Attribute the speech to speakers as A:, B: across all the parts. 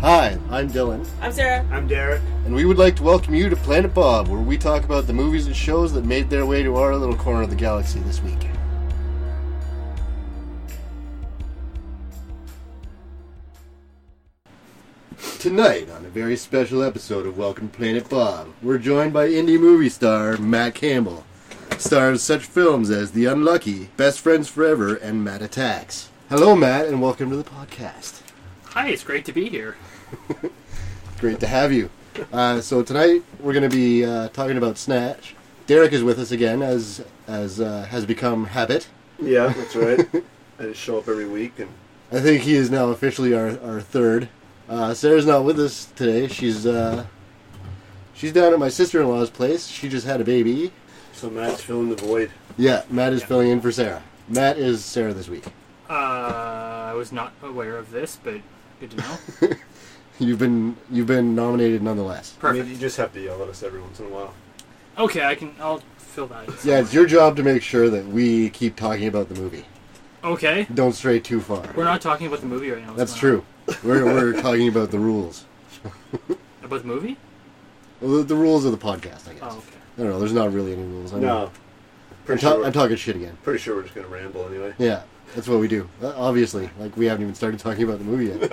A: Hi, I'm Dylan,
B: I'm Sarah.
C: I'm Derek.
A: and we would like to welcome you to Planet Bob, where we talk about the movies and shows that made their way to our little corner of the galaxy this week. Tonight, on a very special episode of Welcome to Planet Bob, we're joined by indie movie star Matt Campbell, star of such films as The Unlucky, Best Friends Forever, and Matt Attacks. Hello, Matt, and welcome to the podcast.
D: Hi, it's great to be here.
A: Great to have you. Uh, so tonight we're going to be uh, talking about Snatch. Derek is with us again, as as uh, has become habit.
C: Yeah, that's right. I just show up every week and
A: I think he is now officially our our third. Uh, Sarah's not with us today. She's uh, she's down at my sister in law's place. She just had a baby.
C: so Matt's filling the void.
A: Yeah, Matt is filling in for Sarah. Matt is Sarah this week.
D: Uh, I was not aware of this, but good to know.
A: You've been you've been nominated nonetheless.
C: I mean,
D: Perfect.
C: you just have to yell at us every once in a while.
D: Okay, I can. I'll fill that. in.
A: Yeah, it's your job to make sure that we keep talking about the movie.
D: Okay.
A: Don't stray too far.
D: We're not talking about the movie right now.
A: That's
D: It's
A: true. We're we're talking about the rules.
D: not- About the movie?
A: Well, the, the rules of the podcast, I guess.
D: Oh, okay.
A: I don't know. There's not really any rules. I'm,
C: No,
A: I'm,
C: pretty
A: ta-
C: sure.
A: I'm talking shit again.
C: pretty sure we're just gonna ramble anyway.
A: Yeah, that's what we do. Uh, obviously, like we haven't even started talking about the movie yet.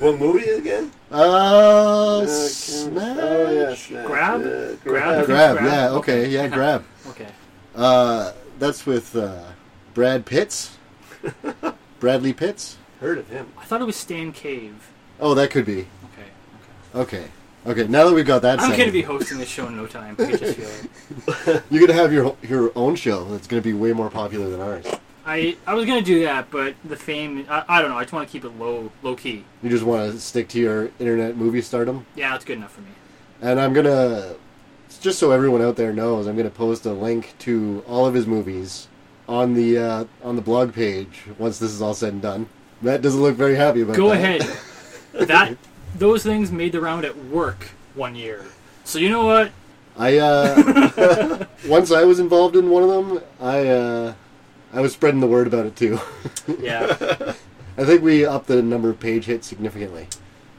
C: What movie again?
A: Uh,
C: Uh,
A: snatch.
C: Oh yeah,
A: grab,
C: Snatch,
D: Grab?
C: yeah,
D: Grab? Grab.
A: Yeah. Okay. Yeah. Grab.
D: Okay.
A: Uh, that's with uh, Brad Pitts. Bradley Pitts.
C: Heard of him?
D: I thought it was Stan Cave.
A: Oh, that could be.
D: Okay. okay.
A: Okay. Okay. Now that we've got that,
D: I'm gonna
A: settled,
D: be hosting this show in no time. I can just feel it.
A: You're gonna have your your own show. That's gonna be way more popular than ours.
D: I I was gonna do that, but the fame. I, I don't know. I just want to keep it low, low key.
A: You just want to stick to your internet movie stardom.
D: Yeah, that's good enough for me.
A: And I'm gonna, just so everyone out there knows, I'm gonna post a link to all of his movies on the uh, on the blog page once this is all said and done. Matt doesn't look very happy about.
D: Go
A: that.
D: ahead. that those things made the round at work one year. So you know what?
A: I uh, once I was involved in one of them. I uh, I was spreading the word about it too.
D: Yeah,
A: I think we upped the number of page hits significantly.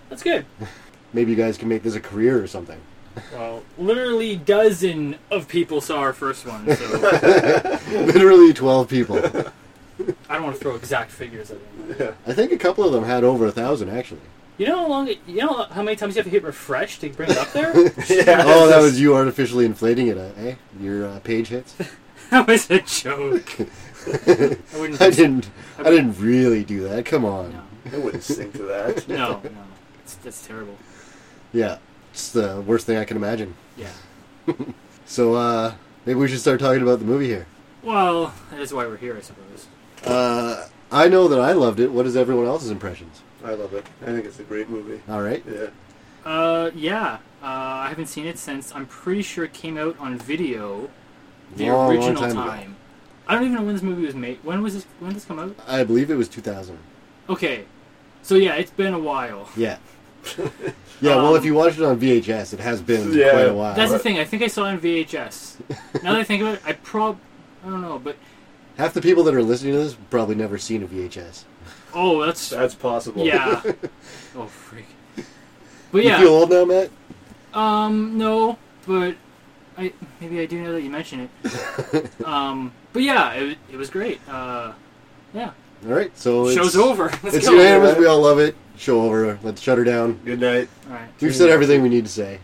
D: that's good.
A: Maybe you guys can make this a career or something.
D: Well, literally dozen of people saw our first one, so
A: Literally twelve people.
D: I don't want to throw exact figures at them.
A: I think a couple of them had over a thousand actually.
D: You know how long? It, you know how many times you have to hit refresh to bring it up there?
C: Yeah.
A: Oh, that was you artificially inflating it, uh, eh? Your uh, page hits.
D: that was a joke. I wouldn't.
A: I didn't. I didn't really do that. Come on.
D: No,
C: I wouldn't sing to that.
D: no, no. It's, that's terrible.
A: Yeah, it's the worst thing I can imagine.
D: Yeah.
A: So uh, maybe we should start talking about the movie here.
D: Well, that is why we're here, I suppose.
A: Uh, I know that I loved it. What is everyone else's impressions?
C: I love it. I think it's a great movie.
A: All right.
C: Yeah.
D: Uh, yeah. Uh, I haven't seen it since I'm pretty sure it came out on video the
A: Long, long
D: original
A: time
D: time.
A: ago.
D: I don't even know when this movie was made. When was this? When did this come out?
A: I believe it was 2000.
D: Okay. So yeah, it's been a while.
A: Yeah. yeah. well,
D: Um,
A: if you watched it on VHS, it has been
C: Yeah.
A: quite a while.
D: That's the thing. I think I saw it on VHS. now that I think about it, I prob I don't know, but
A: Half the people that are listening to this probably never seen a VHS.
D: oh, that's
C: That's possible.
D: yeah. oh freak. But yeah,
A: You feel old now, Matt?
D: Um, no, but I maybe I do know that you mentioned it. um, but yeah, it, it was great. Uh, yeah,
A: All right. So it's,
D: show's over. Let's
A: It's
D: go.
A: unanimous. We all love it. Show over. Let's shut her down.
C: Good night.
D: All right.
A: We've said everything we need to say.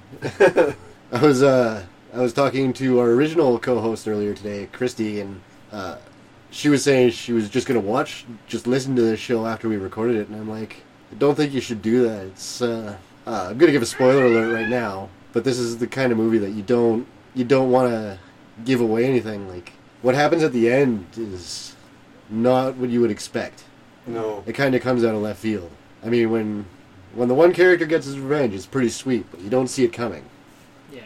A: I was uh, I was talking to our original co-host earlier today, Christy, and uh, she was saying she was just gonna watch, just listen to this show after we recorded it, and I'm like, I don't think you should do that. It's uh, uh, I'm gonna give a spoiler alert right now, but this is the kind of movie that you don't you don't want to give away anything. Like what happens at the end is not what you would expect
C: No.
A: it kind of comes out of left field. I mean, when when the one character gets his revenge, it's pretty sweet, but you don't see it coming.
D: Yeah.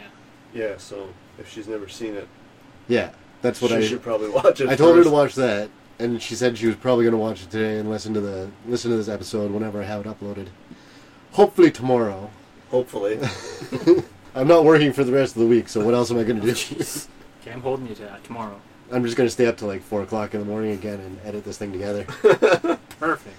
C: Yeah. So if she's never seen it,
A: Yeah, that's what
C: she
A: I
C: should probably watch it.
A: I told her to
C: first.
A: watch that, and she said she was probably going to watch it today and listen to the listen to this episode whenever I have it uploaded. Hopefully tomorrow.
C: Hopefully.
A: I'm not working for the rest of the week, so what else am I going to do?
D: Okay, I'm holding you to that tomorrow.
A: I'm just going to stay up till like four o'clock in the morning again and edit this thing together.
D: Perfect.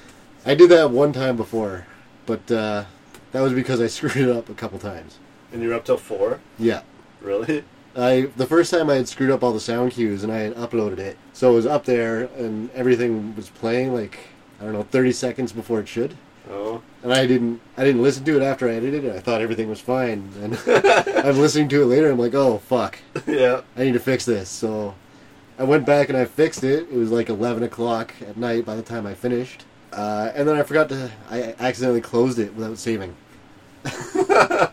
A: I did that one time before. but uh, that was because I screwed it up a couple times.
C: And you're up till four?
A: Yeah.
C: Really?
A: I the first time I had screwed up all the sound cues and I had uploaded it, so it was up there and everything was playing like I don't know thirty seconds before it should,
C: Oh.
A: and I didn't I didn't listen to it after I edited it. I thought everything was fine, and I'm listening to it later. I'm like, oh fuck,
C: yeah.
A: I need to fix this. So I went back and I fixed it. It was like eleven o'clock at night by the time I finished, uh, and then I forgot to I accidentally closed it without saving.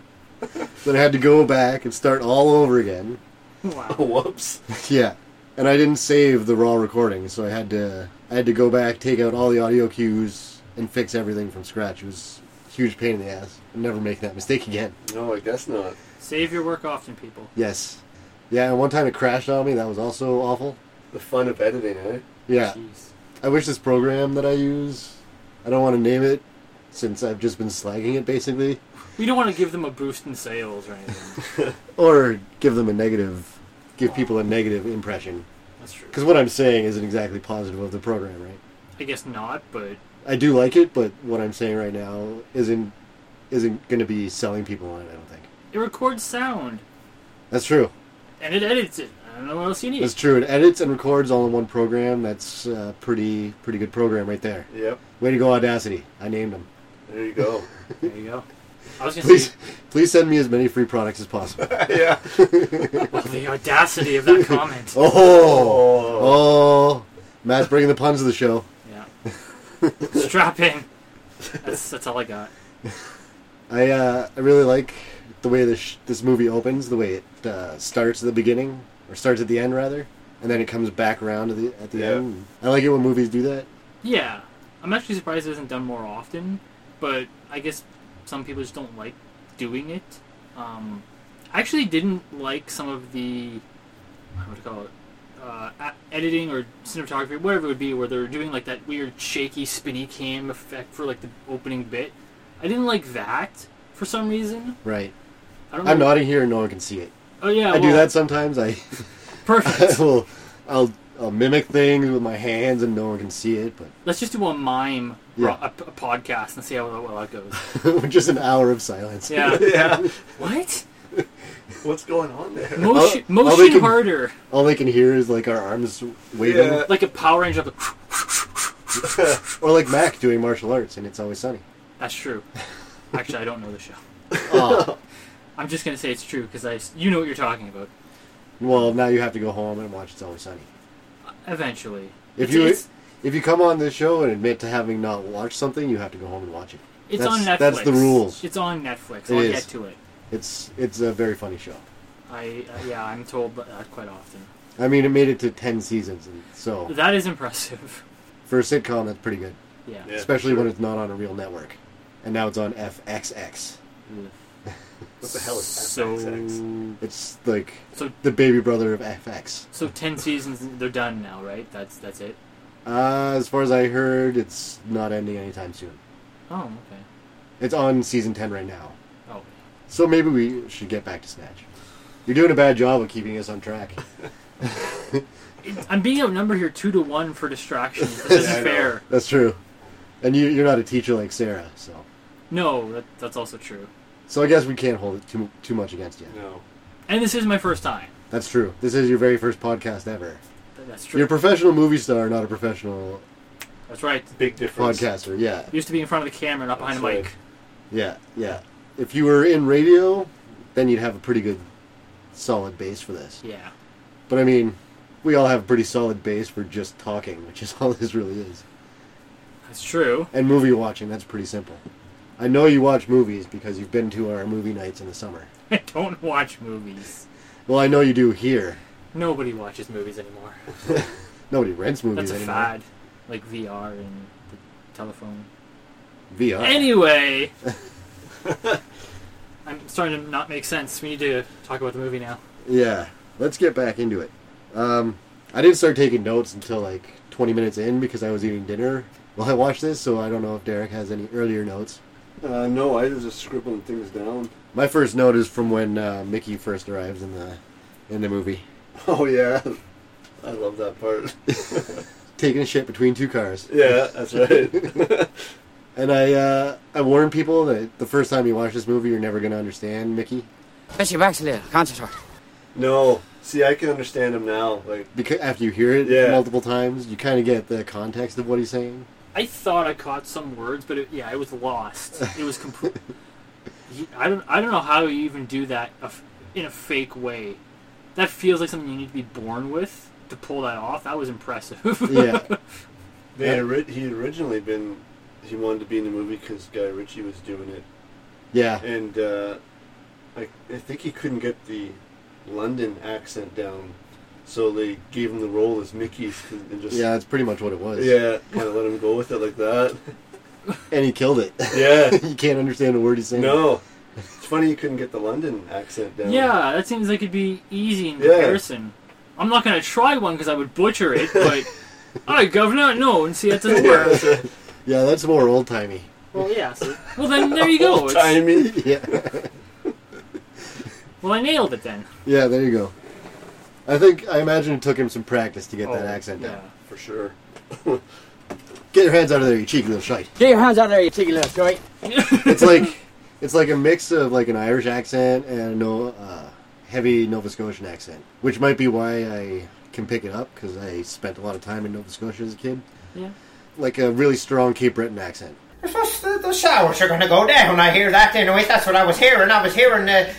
A: then I had to go back and start all over again.
D: Wow.
C: Whoops.
A: Yeah, and I didn't save the raw recording, so I had to I had to go back, take out all the audio cues, and fix everything from scratch. It was a huge pain in the ass. I'll never make that mistake again.
C: No, I guess not.
D: Save your work often, people.
A: Yes, yeah. And one time it crashed on me. That was also awful.
C: The fun of editing, eh?
A: Yeah,
D: Jeez.
A: I wish this program that I use. I don't want to name it, since I've just been slagging it basically,
D: We don't want to give them a boost in sales or anything.
A: or give them a negative, give people a negative impression.
D: That's true.
A: Because what I'm saying isn't exactly positive of the program, right?
D: I guess not, but
A: I do like it, but what I'm saying right now isn't isn't going to be selling people on it. I don't think
D: it records sound
A: that's true.
D: and it edits it. I don't know what else you need.
A: That's true. It edits and records all in one program. That's uh, pretty pretty good program right there.
C: Yep.
A: Way to go, Audacity! I named them.
C: There you go.
D: There you go. I was going to
A: Please
D: say,
A: please send me as many free products as possible.
C: yeah.
D: well, the audacity of that comment.
A: Oh
C: Oh.
A: oh, Matt's bringing the puns to the show.
D: Yeah. Strap in. That's, that's all I got.
A: I uh, I really like the way this sh- this movie opens, the way it uh, starts at the beginning or starts at the end rather, and then it comes back around to the at the
C: Yeah.
A: end. I like it when movies do that.
D: Yeah. I'm actually surprised it isn't done more often, but I guess some people just don't like doing it. Um, I actually didn't like some of the, what do you call it, uh, a- editing or cinematography, whatever it would be, where they were doing like that weird shaky spinny cam effect for like the opening bit. I didn't like that for some reason.
A: Right.
D: I don't know.
A: I'm nodding here and no one can see it.
D: Oh yeah,
A: I do
D: well,
A: that sometimes. I, I
D: Perfect.
A: will, I'll, I'll mimic things with my hands and no one can see it, but
D: Let's just do a mime,
A: Yeah.
D: ro- a, p- a podcast, and see how well that goes.
A: just an hour of silence.
D: Yeah.
C: yeah.
D: what?
C: What's going on there?
D: Motion,
A: I'll- I'll
D: motion
A: make him-
D: harder,
A: All they can hear is like our arms waving,
C: Yeah.
D: like a Power Ranger. Like,
A: or like Mac doing martial arts, and it's always sunny.
D: That's true. Actually, I don't know the show.
A: Oh,
D: I'm just gonna say it's true because I, s- you know what you're talking about.
A: well, now you have to go home and watch It's Always Sunny.
D: Eventually,
A: If
D: It's-
A: you
D: it's,
A: if you come on this show and admit to having not watched something, you have to go home and watch it.
D: it's
A: that's-
D: on Netflix.
A: that's the rules.
D: It's on Netflix.
A: It
D: I'll
A: is.
D: get to it.
A: It's it's a very funny show.
D: I uh, yeah, I'm told that quite often.
A: I mean, it made it to ten seasons, and so
D: That is impressive.
A: for a sitcom, that's pretty good.
D: Yeah.
C: Yeah.
A: especially
C: sure.
A: when it's not on a real network. And now it's on FXX.
D: Ugh.
C: What the hell is
D: so
C: FXX?
A: It's like
D: Mm. so
A: the baby brother of FX.
D: so ten seasons. They're done now, right? That's that's it.
A: Uh, as far as I heard, it's not ending anytime soon.
D: Oh okay.
A: It's on season 10 right now.
D: Oh
A: So maybe we should get back to Snatch. You're doing a bad job of keeping us on track.
D: It's- I'm being outnumbered here two to one for distractions. This
C: Yeah, I
D: isn't
C: know.
D: fair.
A: That's true. And you, you're not a teacher like Sarah, so.
D: No, that, that's also true.
A: So I guess we can't hold it too, too much against you.
C: No.
D: And this is my first time.
A: That's true. This is your very first podcast ever.
D: Th- That's
A: You're
D: true.
A: a professional movie star, not a professional
D: that's right.
C: Big difference.
A: podcaster. Yeah.
D: Used to be in front of the camera, not behind a
C: That's
D: mic.
C: right.
A: Yeah, yeah. If you were in radio, then you'd have a pretty good, solid base for this.
D: Yeah.
A: But I mean, we all have a pretty solid base for just talking, which is all this really is.
D: That's true.
A: And movie watching, that's pretty simple. I know you watch movies because you've been to our movie nights in the summer.
D: I don't watch movies.
A: Well, I know you do here.
D: Nobody watches movies anymore.
A: Nobody rents movies
D: That's a
A: anymore.
D: fad. Like VR and the telephone.
A: VR.
D: Anyway! I'm starting to not make sense. We need to talk about the movie now.
A: Yeah, let's get back into it. Um, I didn't start taking notes until like 20 minutes in because I was eating dinner while I watched this, so I don't know if Derek has any earlier notes.
C: Uh, no, I was just scribbling things down.
A: My first note is from when uh, Mickey first arrives in the in the movie,
C: Oh, yeah. I love that part.
A: taking a shit between two cars.
C: yeah, that's right.
A: And I uh, I warn people that the first time you watch this movie, you're never going to understand Mickey.
B: Push your back a little. Concentrate.
C: No. See, I can understand him now. Like,
A: Because after you hear it
C: Yeah.
A: multiple times, you kind of get the context of what he's saying.
D: I thought I caught some words, but it, yeah, I was lost. It was complete. I don't. I don't know how you even do that a f- in a fake way. That feels like something you need to be born with to pull that off. That was impressive.
A: Yeah.
C: they
A: Yeah.
C: had ori- he had originally been, he wanted to be in the movie because Guy Ritchie was doing it.
A: Yeah.
C: And uh, I, I think he couldn't get the London accent down. So they gave him the role as Mickey's and just.
A: Yeah, that's pretty much what it was.
C: Yeah, kind of let him go with it like that.
A: And he killed it.
C: Yeah.
A: you can't understand a word he's saying.
C: No. It's funny you couldn't get the London accent down.
D: yeah, that seems like it'd be easy in
C: Yeah.
D: comparison. I'm not gonna try one because I would butcher it. But all right, governor, no, and see that doesn't work.
A: Yeah, that's more old timey.
D: Well, yeah. So, well, then there you go. It's-
C: Timey.
A: Yeah.
D: well, I nailed it then.
A: yeah, there you go. I think, I imagine it took him some practice to get that
D: Oh,
A: accent down.
C: For sure.
A: Get your hands out of there, you cheeky little shite.
B: Get your hands out there, you cheeky little shite.
A: It's like, it's like a mix of like an Irish accent and a no, uh, heavy Nova Scotian accent, which might be why I can pick it up because I spent a lot of time in Nova Scotia as a kid.
D: Yeah.
A: Like a really strong Cape Breton accent.
E: The, the showers are going to go down. I hear that. Anyways, that's what I was hearing. I was hearing uh,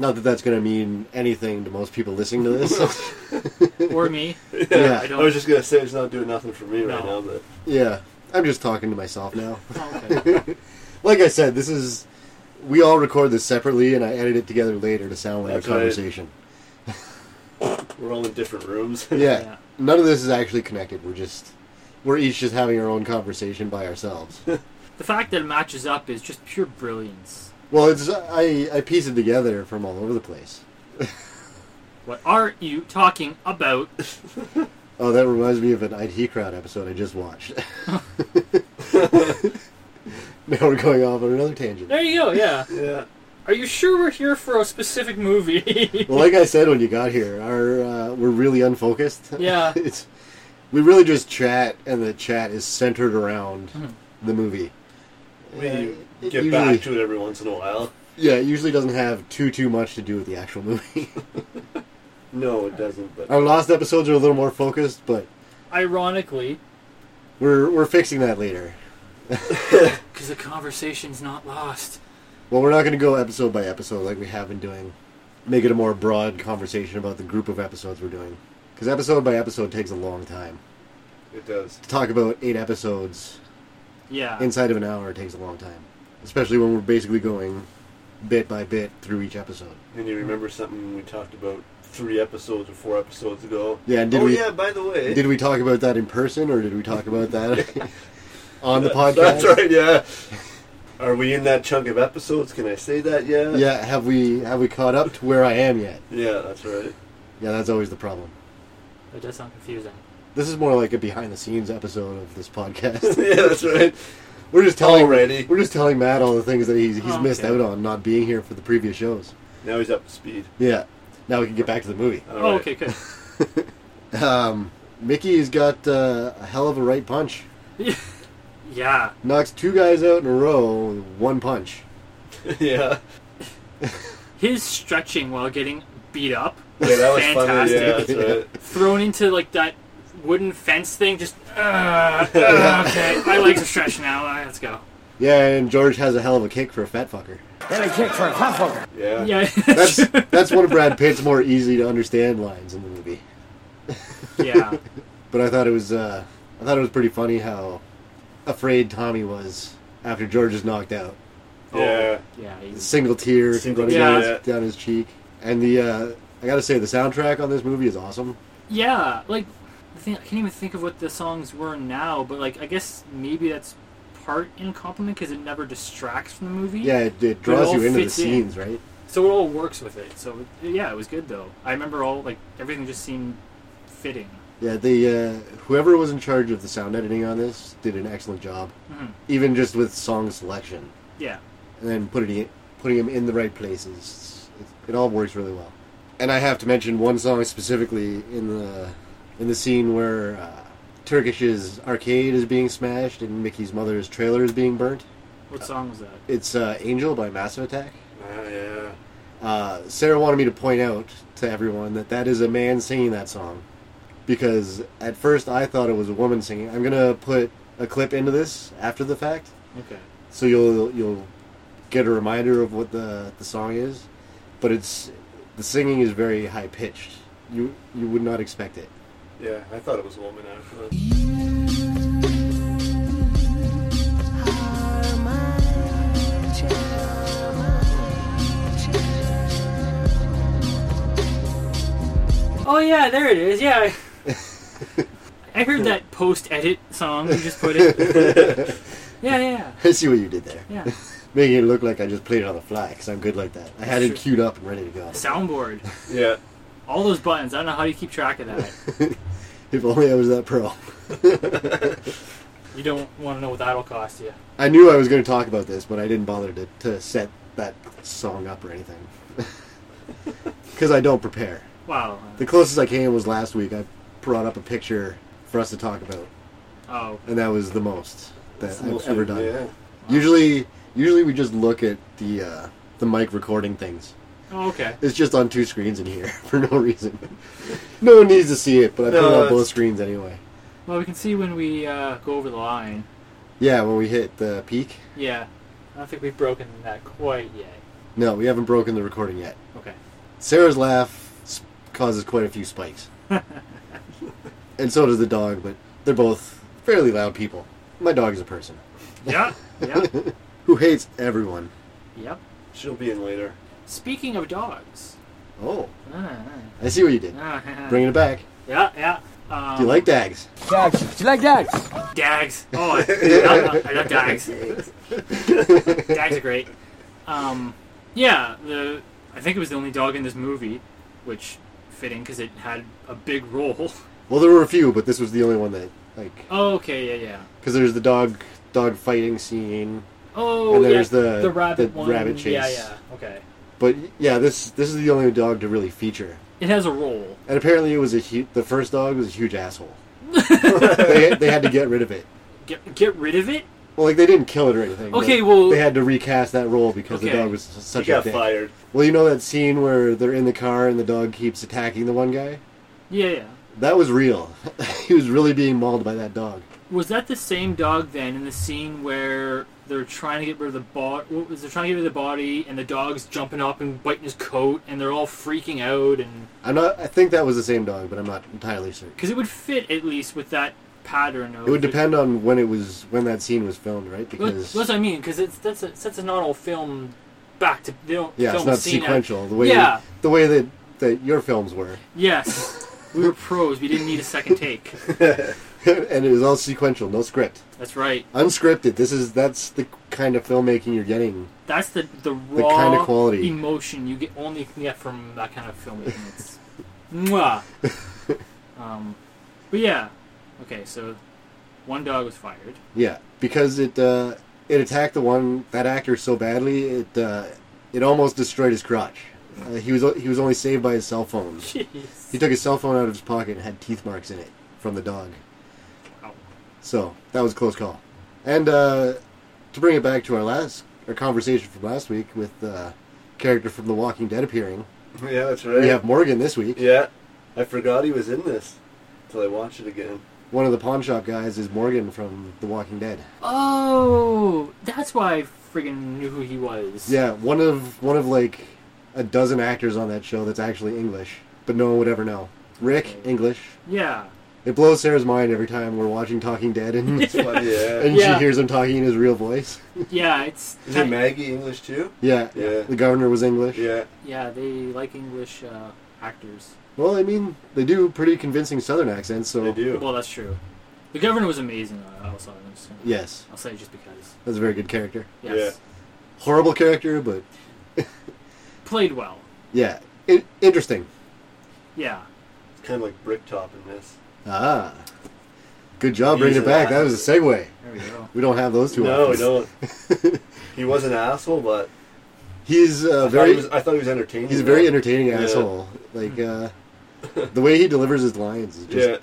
A: Not that that's going to mean anything to most people listening to this.
D: Yeah. Or me.
A: yeah,
D: I
C: I,
D: don't-
C: was just going to say it's not doing nothing for me right
D: No.
C: now, but
A: yeah. I'm just talking to myself now.
D: Oh, okay.
A: like I said, this is we all record this separately, and I edit it together later to sound like
C: That's
A: a
C: right.
A: conversation.
C: we're all in different rooms.
A: Yeah.
D: Yeah.
A: none of this is actually connected. We're just we're each just having our own conversation by ourselves.
D: The fact that it matches up is just pure brilliance.
A: well, it's I I piece it together from all over the place.
D: What are you talking about?
A: Oh, that reminds me of an IT crowd episode I just watched. now we're going off on another tangent.
D: There you go, yeah.
C: yeah.
D: Are you sure we're here for a specific movie?
A: Well, like I said when you got here, our uh, we're really unfocused.
D: Yeah.
A: it's we really just chat, and the chat is centered around
D: Mm-hmm.
A: the movie.
C: We
A: Yeah, it
C: get
A: usually-
C: back to it every once in a while.
A: Yeah, it usually doesn't have too too much to do with the actual movie.
C: No, it doesn't, but
A: Our last episodes are a little more focused, but
D: Ironically,
A: we're we're fixing that later.
D: because the conversation's not lost.
A: Well, we're not going to go episode by episode like we have been doing. Make it a more broad conversation about the group of episodes we're doing, because episode by episode takes a long time.
C: it does.
A: To talk about eight episodes
D: Yeah.
A: inside of an hour takes a long time, especially when we're basically going bit by bit through each episode.
C: And you remember something we talked about three episodes or four episodes ago?
A: Yeah, and did
C: oh,
A: we-
C: yeah, by the way.
A: Did we talk about that in person, or did we talk about that on the podcast?
C: That's right, yeah. Are we in that chunk of episodes? Can I say that yet?
A: Yeah, have we have we caught up to where I am yet?
C: Yeah, that's right.
A: Yeah, that's always the problem.
D: That does sound confusing.
A: This is more like a behind the scenes episode of this podcast.
C: yeah, that's right.
A: We're just telling
C: Already.
A: we're just telling Matt all the things that he's he's
D: Oh,
A: missed
D: okay.
A: out on not being here for the previous shows.
C: Now he's up to speed.
A: Yeah. Now we can get back to the movie.
C: All
D: oh,
C: right.
D: okay, good.
A: Um, Mickey's got uh, a hell of a right punch.
D: Yeah.
A: Knocks two guys out in a row with one punch.
C: yeah.
D: His stretching while getting beat up was,
C: Yeah, that was funny.
D: fantastic.
C: Yeah, that's right.
D: Thrown into like that wooden fence thing, just uh, uh, okay. My legs are stretched now. All right, let's go.
A: Yeah, and George has a hell of a kick for a fat fucker.
B: Then a kick for a cuff hooker.
C: Yeah.
D: Yeah.
A: That's that's one of Brad Pitt's more easy to understand lines in the movie.
D: yeah.
A: But I thought it was uh, I thought it was pretty funny how afraid Tommy was after George is knocked out.
C: Yeah.
D: Yeah.
A: The
D: He's,
A: single tear
C: Single
A: running
D: tear,
A: down,
C: yeah.
A: down his cheek, and the uh, I gotta say the soundtrack on this movie is awesome.
D: Yeah, like the thing, I can't even think of what the songs were now, but like I guess maybe that's part in compliment because it never distracts from the movie.
A: Yeah, it, it draws
D: all
A: you into the
D: fits in.
A: scenes, right?
D: So it all works with it. So it- yeah, it was good though. I remember all like everything just seemed fitting.
A: Yeah, the uh, whoever was in charge of the sound editing on this did an excellent job,
D: Mhm.
A: even just with song selection
D: Yeah.
A: and then putting it, putting them in the right places. It, it all works really well. And I have to mention one song specifically in the in the scene where uh, Turkish's arcade is being smashed and Mickey's mother's trailer is being burnt.
D: What song was that?
A: It's uh, Angel by Massive Attack.
C: Ah, yeah.
A: Uh, Sarah wanted me to point out to everyone that that is a man singing that song. Because at first I thought it was a woman singing. I'm going to put a clip into this after the fact.
D: Okay.
A: so you'll you'll get a reminder of what the the song is, but it's the singing is very high pitched. You you would not expect it.
C: Yeah, I thought it was a woman after that.
D: Oh yeah, there it is. Yeah. I heard that post-edit song you just put it. yeah, yeah,
A: I see what you did there,
D: yeah.
A: making it look like I just played it on the fly because I'm good like that. I had it queued up and ready to go.
D: Soundboard.
C: Yeah.
D: All those buttons. I don't know how you keep track of that.
A: If only I was that pro.
D: You don't want to know what that'll cost you.
A: I knew I was going to talk about this, but I didn't bother to, to set that song up or anything because I don't prepare.
D: Wow.
A: The closest I came was last week. I brought up a picture for us to talk about.
D: Oh,
A: and that was the most that
C: It's
A: I've
C: mostly-
A: ever done.
C: Yeah.
A: Usually, usually we just look at the uh, the mic recording things.
D: oh okay.
A: It's just on two screens in here for no reason. no one needs to see it, but I
C: No,
A: put it on
C: it's-
A: both screens anyway.
D: Well, we can see when we uh, go over the line.
A: Yeah, when we hit the peak.
D: Yeah. I don't think we've broken that quite yet.
A: No, we haven't broken the recording yet.
D: Okay.
A: Sarah's laugh s- causes quite a few spikes, and so does the dog. But they're both fairly loud people. My dog is a person
D: Yeah. Yep.
A: who hates everyone.
D: yep.
C: She'll be in later.
D: Speaking of dogs.
A: Oh,
D: Ah,
A: I see what you did.
D: ah, ah.
A: Bringing it back.
D: Yeah, yeah. Um,
A: Do you like dags?
B: Dags. Do you like dags?
D: Dags? Oh, I love, I love Dags. Dags are great. Um, yeah, the I think it was the only dog in this movie, which fitting because it had a big role.
A: Well, there were a few, but this was the only one that like
D: Oh, okay, yeah, yeah.
A: because there's the dog dog fighting scene,
D: Oh,
A: And
D: yeah,
A: there's the-
D: the rabbit
A: the
D: one.
A: rabbit chase.
D: Yeah, yeah. Okay,
A: but yeah, this this is the only dog to really feature.
D: it has a role.
A: And apparently, it was a hu- the first dog was a huge asshole. they, they had to get rid of it.
D: Get get rid of it.
A: Well, like they didn't kill it or anything. but
D: Okay, well-
A: they had to recast that role because the
D: Okay.
A: dog was s-
C: She
A: such a
C: got
A: dick.
C: fired.
A: Well, you know that scene where they're in the car and the dog keeps attacking the one guy.
D: Yeah, yeah.
A: That was real. he was really being mauled by that dog.
D: Was that the same dog then in the scene where they're trying to get rid of the body? Was they're trying to get rid of the body, and the dog's jumping up and biting his coat, and they're all freaking out, and
A: I'm not. I think that was the same dog, but I'm not entirely certain.
D: because it would fit at least with that pattern. Of
A: It would depend on when it was when that scene was filmed, right?
D: What-
A: Because
D: That's what I mean, because it's that's a, since it's not all film back to they don't
A: yeah, it's
D: film
A: not
D: scene out-
A: sequential. The way
D: Yeah.
A: the way that that your films were,
D: Yes, we were pros. We didn't need a second take.
A: and it was all sequential, no script,
D: That's right.
A: unscripted. This is that's the kind of filmmaking you're getting.
D: That's the the
A: The
D: raw
A: kind of quality.
D: emotion you get only can get from that kind of filmmaking. It's mwah. Um, but yeah, okay. So one dog was fired.
A: Yeah, because it uh, it attacked the one that actor so badly it uh, it almost destroyed his crotch. Uh, he was he was only saved by his cell phone.
D: Jeez.
A: He took his cell phone out of his pocket and had teeth marks in it from the dog.
D: Wow.
A: So that was a close call. And uh, to bring it back to our last our conversation from last week with the character from The Walking Dead appearing,
C: Yeah, that's right.
A: we have Morgan this week.
C: Yeah. I forgot he was in this until I watched it again.
A: One of the pawn shop guys is Morgan from The Walking Dead.
D: Oh, that's why I friggin' knew who he was.
A: Yeah, one of one of like a dozen actors on that show that's actually English, but no one would ever know. Rick English.
D: Yeah.
A: It blows Sarah's mind every time we're watching Talking Dead and
C: It's funny, yeah.
A: and
D: Yeah.
A: she hears him talking in his real voice.
D: Yeah. It's
C: Is it Maggie English too?
A: Yeah.
C: Yeah.
A: The governor was English.
C: Yeah.
D: yeah. They like English uh, actors.
A: Well, I mean, they do pretty convincing southern accents, so
C: They do.
D: Well, that's true. The governor was amazing. I also
A: yes.
D: I'll say just because.
A: That's a very good character.
D: Yes.
A: Horrible character, but
D: Played well.
A: yeah, I interesting.
D: Yeah.
C: It's kind of like Bricktop in this.
A: Ah, good job
C: He's
A: bringing it back.
C: an
A: That was a segue.
D: There we go.
A: We don't have those two.
C: No,
A: options.
C: no. he was an asshole, but
A: He's a
C: I, thought he
A: very
C: was, I thought he was entertaining.
A: he's a very
C: though.
A: entertaining
C: Yeah.
A: asshole. Like uh, the way he delivers his lines is just
C: Yeah.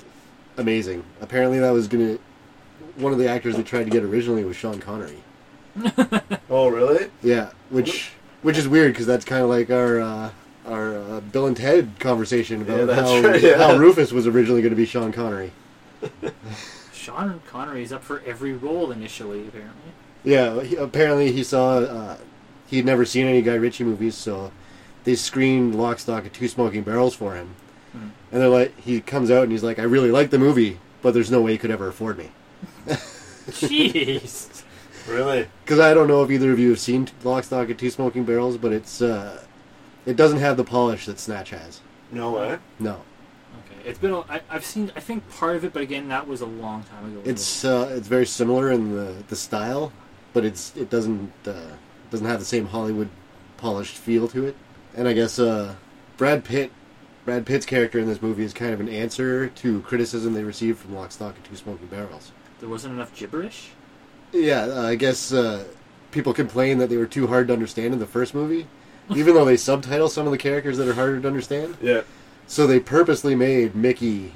A: amazing. Apparently, that was gonna. One of the actors they tried to get originally was Sean Connery.
C: Oh, really?
A: Yeah, which which is weird because that's kind of like our uh, our uh, Bill and Ted conversation
C: Yeah,
A: about
C: that's
A: how,
C: right, yeah.
A: how Rufus was originally going to be Sean Connery.
D: Sean Connery is up for every role initially, apparently.
A: Yeah, he, apparently he saw uh, he'd never seen any Guy Ritchie movies, so they screened Lock, Stock, and Two Smoking Barrels for him. And they're like, he comes out and he's like, I really like the movie, but there's no way you could ever afford me.
D: Jeez.
C: Really?
A: Because I don't know if either of you have seen Lock, Stock, and Two Smoking Barrels, but it's uh, it doesn't have the polish that Snatch has.
C: No way.
A: No,
D: okay, it's been. A, I, I've seen. I think part of it, but again, that was a long time ago.
A: It's uh, it's very similar in the, the style, but it's it doesn't uh, doesn't have the same Hollywood polished feel to it. And I guess uh, Brad Pitt, Brad Pitt's character in this movie is kind of an answer to criticism they received from Lock, Stock, and Two Smoking Barrels.
D: there wasn't enough gibberish.
A: Yeah, uh, I guess uh, people complained that they were too hard to understand in the first movie, even though they subtitle some of the characters that are harder to understand.
C: Yeah.
A: So they purposely made Mickey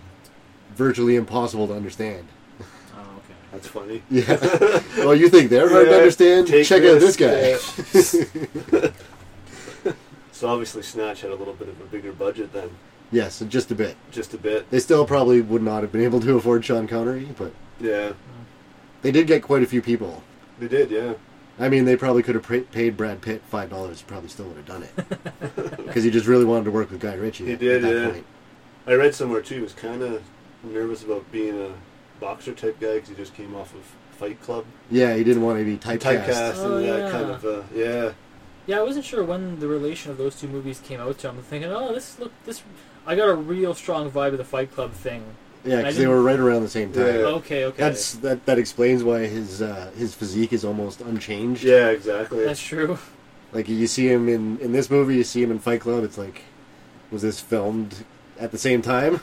A: virtually impossible to understand.
D: Oh, okay.
C: That's funny.
A: Yeah. well, you think they're hard to
C: Yeah,
A: understand?
C: take
A: Check out this guy.
C: Yeah. so obviously, Snatch had a little bit of a bigger budget then,
A: yes, just a bit.
C: just a bit.
A: They still probably would not have been able to afford Sean Connery, but
C: Yeah,
A: they did get quite a few people.
C: they did. Yeah,
A: I mean, they probably could have pra- paid Brad Pitt five dollars. Probably still would have done it because he just really wanted to work with Guy Ritchie.
C: He
A: at
C: did,
A: that
C: yeah. I read somewhere too. He was kind of nervous about being a boxer type guy because he just came off of Fight Club
A: Yeah, he didn't want to be typecast.
C: typecast
D: Oh,
C: and that
D: yeah.
C: kind of. Uh, yeah,
D: Yeah, I wasn't sure when the relation of those two movies came out to. I'm thinking, oh, this look this. I got a real strong vibe of the Fight Club thing.
A: Yeah,
D: I
A: because they
D: didn't-
A: were right around the same time.
C: Yeah.
D: Okay, okay.
A: That's that. That explains why his uh, his physique is almost unchanged.
C: yeah, exactly.
D: that's true.
A: Like you see him in in this movie, you see him in Fight Club. It's like, was this filmed at the same time?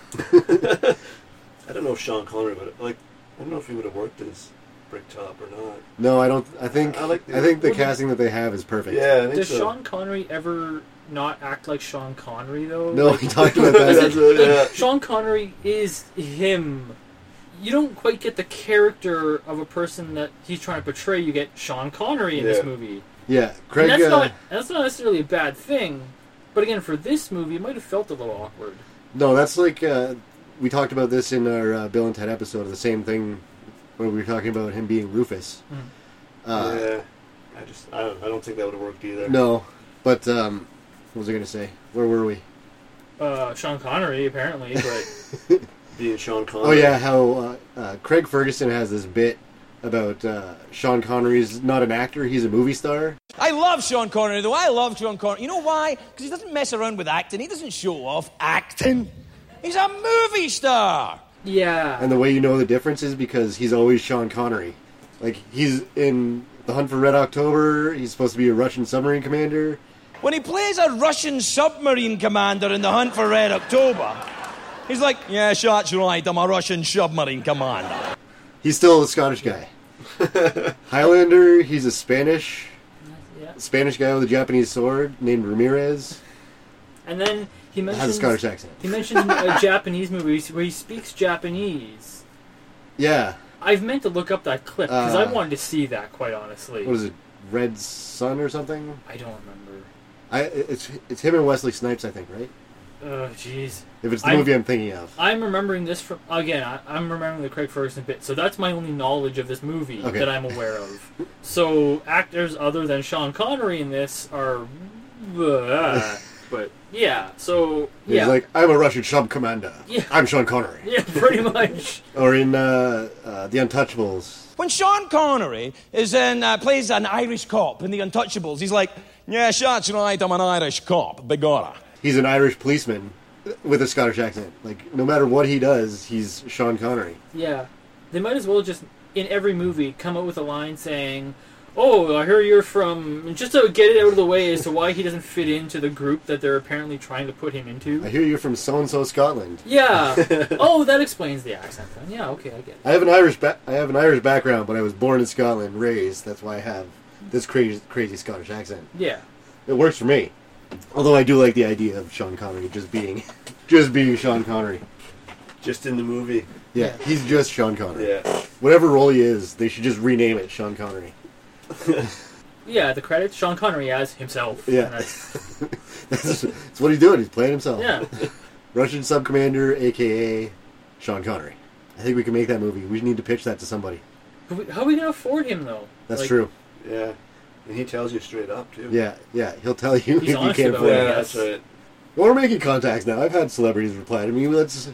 C: I don't know if Sean Connery would like. I don't know if he would have worked as Brick Top or not.
A: No, I don't. I think
C: I
A: I,
C: like the-
A: think the
D: Well,
A: casting that they have is perfect.
C: Yeah, I think
D: Does
C: so.
D: Sean Connery ever not act like Sean Connery though?
A: No,
D: Like,
A: we talked about that.
C: That's really- yeah.
D: like, Sean Connery is him. You don't quite get the character of a person that he's trying to portray. You get Sean Connery in
C: Yeah.
D: this movie.
A: yeah,
D: And
A: Craig.
D: that's
A: uh,
D: not that's not necessarily a bad thing, but again, for this movie, it might have felt a little awkward.
A: No, that's like uh, we talked about this in our uh, Bill and Ted episode. The same thing where we were talking about him being Rufus.
C: Mm-hmm.
A: Uh,
C: yeah. I just I don't, I don't think that would have worked either.
A: No, but um, what was I going to say? Where were we?
D: Uh, Sean Connery apparently, but
C: Being Sean Connery.
A: Oh yeah, how uh, uh, Craig Ferguson has this bit about uh, Sean Connery's not an actor; he's a movie star.
F: I love Sean Connery, though. I love Sean Connery. You know why? Because he doesn't mess around with acting. He doesn't show off acting. He's a movie star.
D: yeah,
A: And the way you know the difference is because he's always Sean Connery. Like he's in The Hunt for Red October. He's supposed to be a Russian submarine commander.
F: When he plays a Russian submarine commander in The Hunt for Red October, he's like, yeah, sure, that's right. I'm a Russian submarine commander.
A: He's still a Scottish guy. Highlander. He's a Spanish
D: yeah.
A: Spanish guy with a Japanese sword named Ramirez.
D: And then he
A: Has a
D: mentions
A: Scottish accent.
D: he mentioned a Japanese movie where he speaks Japanese.
A: Yeah.
D: I've meant to look up that clip because I
A: Uh,
D: wanted to see that. Quite honestly,
A: What is it? Red Sun or something?
D: I don't remember.
A: I it's it's him and Wesley Snipes, I think, right?
D: Oh, jeez.
A: If it's the
D: I-
A: movie I'm thinking of.
D: I'm remembering this from again. I, I'm remembering the Craig Ferguson bit, so that's my only knowledge of this movie
A: Okay.
D: that I'm aware of. so actors other than Sean Connery in this are, but yeah. So
A: He's
D: yeah,
A: like, I'm a Russian sub commander.
D: Yeah.
A: I'm Sean Connery.
D: yeah, pretty much.
A: Or in uh, uh, The Untouchables.
F: When Sean Connery is in, uh, plays an Irish cop in The Untouchables, he's like, yeah, sure, that's right. I'm an Irish cop. Begorra.
A: He's an Irish policeman with a Scottish accent. Like, no matter what he does, he's Sean Connery.
D: Yeah, they might as well just in every movie come up with a line saying. Oh, I hear you're from. Just to get it out of the way as to why he doesn't fit into the group that they're apparently trying to put him into.
A: I hear you're from so and so Scotland.
D: Yeah. oh, that explains the accent then. Yeah, okay, I get it.
A: I have an Irish ba- I have an Irish background, but I was born in Scotland, raised. That's why I have this crazy crazy Scottish accent.
D: Yeah.
A: It works for me. Although I do like the idea of Sean Connery just being just being Sean Connery.
C: just in the movie.
A: Yeah, he's just Sean Connery.
C: Yeah.
A: Whatever role he is, they should just rename it Sean Connery.
D: Yeah, the credits Sean Connery as himself.
A: Yeah.
D: And that's-
A: That's, that's what he's doing. He's playing himself.
D: yeah.
A: Russian Sub Commander, aka Sean Connery. I think we can make that movie. We need to pitch that to somebody.
D: How we- How are we gonna afford him though?
A: That's
D: Like,
A: true.
C: Yeah. And he tells you straight up, too. Oh,
A: Yeah, yeah. He'll tell you if
D: He's
A: you
D: honest
A: can't
D: about
A: afford
D: it.
A: it.
C: Yeah, that's right.
A: Well, we're making contacts now. I've had celebrities reply to me. Let's.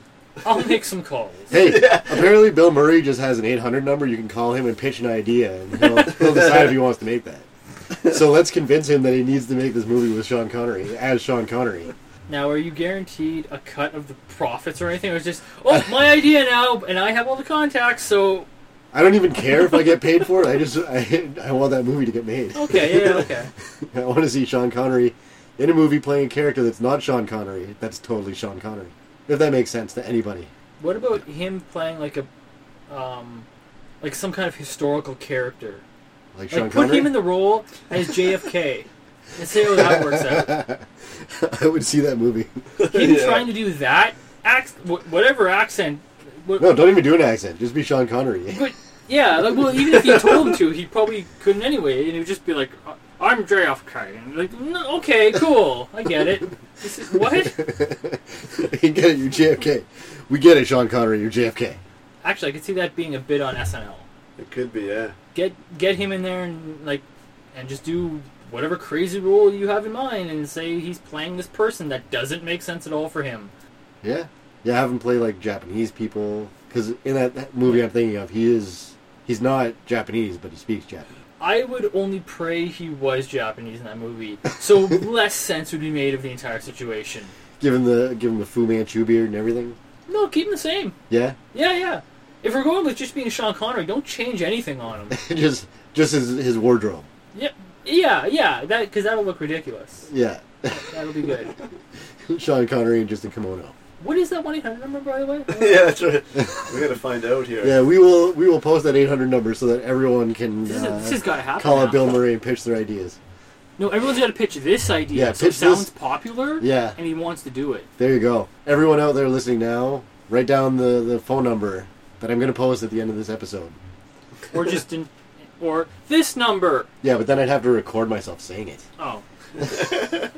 D: I'll make some calls.
A: Hey, apparently Bill Murray just has an 800 number. You can call him and pitch an idea, and he'll, he'll decide if he wants to make that. So let's convince him that he needs to make this movie with Sean Connery as Sean Connery.
D: Now, are you guaranteed a cut of the profits or anything? Or is it just oh my idea now, and I have all the contacts, so
A: I don't even care if I get paid for it. I just I, I want that movie to get made.
D: okay, yeah, okay.
A: I want to see Sean Connery in a movie playing a character that's not Sean Connery. That's totally Sean Connery. If that makes sense to anybody.
D: What about him playing like a, um, like some kind of historical character?
A: Like
D: Like
A: Sean
D: put
A: Connery.
D: him in the role as JFK and see how that works out.
A: I would see that movie.
D: Him
C: Yeah.
D: trying to do that act, wh- whatever accent. What,
A: No, don't even do an accent. Just be Sean Connery.
D: But yeah, like, well, even if you told him to, he probably couldn't anyway, and he'd just be like, "I- "I'm JFK," and like, "No, "Okay, cool, I get it." This is what?
A: you get it, you JFK. We get it, Sean Connery, you're JFK.
D: Actually, I could see that being a bit on SNL.
C: It could be, yeah.
D: Get get him in there and like, and just do whatever crazy role you have in mind, and say he's playing this person that doesn't make sense at all for him.
A: Yeah. Yeah, have him play like Japanese people. Because in that, that movie I'm thinking of, he is. He's not Japanese, but he speaks Japanese.
D: I would only pray he was Japanese in that movie, so less sense would be made of the entire situation.
A: Give him the give him the Fu Manchu beard and everything.
D: No, keep him the same.
A: Yeah,
D: Yeah, yeah. If we're going with just being Sean Connery, don't change anything on him.
A: just just his his wardrobe.
D: yeah, yeah, yeah. That because that'll look ridiculous.
A: Yeah,
D: That'll be good.
A: Sean Connery in just a kimono.
D: What is that one eight hundred number, by the way?
C: yeah, that's right. we got to find out here.
A: Yeah, we will we will post that 800 number so that everyone can
D: This, is,
A: uh,
D: this has got to happen.
A: call
D: now.
A: up Bill Murray and pitch their ideas.
D: No, everyone's got to pitch this idea.
A: Yeah,
D: so it
A: pitch this-
D: sounds popular.
A: Yeah.
D: and he wants to do it.
A: There you go. Everyone out there listening now, write down the, the phone number that I'm going to post at the end of this episode.
D: Or just in, or this number.
A: Yeah, but then I'd have to record myself saying it.
D: Oh. okay.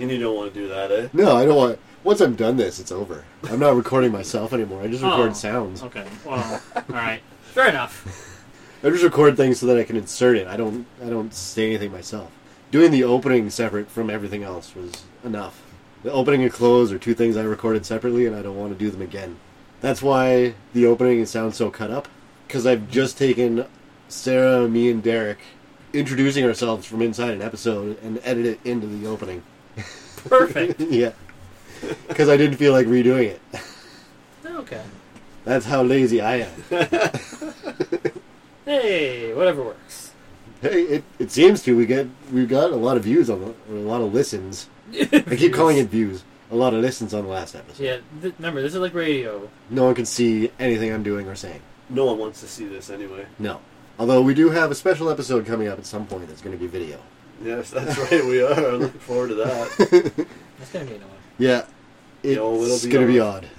C: And you don't want to do that, eh?
A: No, I don't want. Once I'm done this, it's over. I'm not recording myself anymore. I just record
D: Oh.
A: sounds.
D: Okay. Well. all right. Fair enough.
A: I just record things so that I can insert it. I don't. I don't say anything myself. Doing the opening separate from everything else was enough. The opening and close are two things I recorded separately, and I don't want to do them again. That's why the opening sounds so cut up, because I've just taken Sarah, me, and Derek introducing ourselves from inside an episode and edit it into the opening.
D: Perfect.
A: yeah, because I didn't feel like redoing it.
D: Okay.
A: That's how lazy I am.
D: Hey, whatever works.
A: Hey, it, it seems to we get we've got a lot of views on the, or a lot of listens. I keep calling it views. A lot of listens on the last episode.
D: Yeah, th- remember this is like radio.
A: No one can see anything I'm doing or saying.
C: No one wants to see this anyway.
A: No. Although we do have a special episode coming up at some point that's going to be video.
C: Yes, that's right, we are. I'm looking forward to that.
D: That's gonna be annoying.
A: Yeah, it's
C: it'll be
A: going to be odd.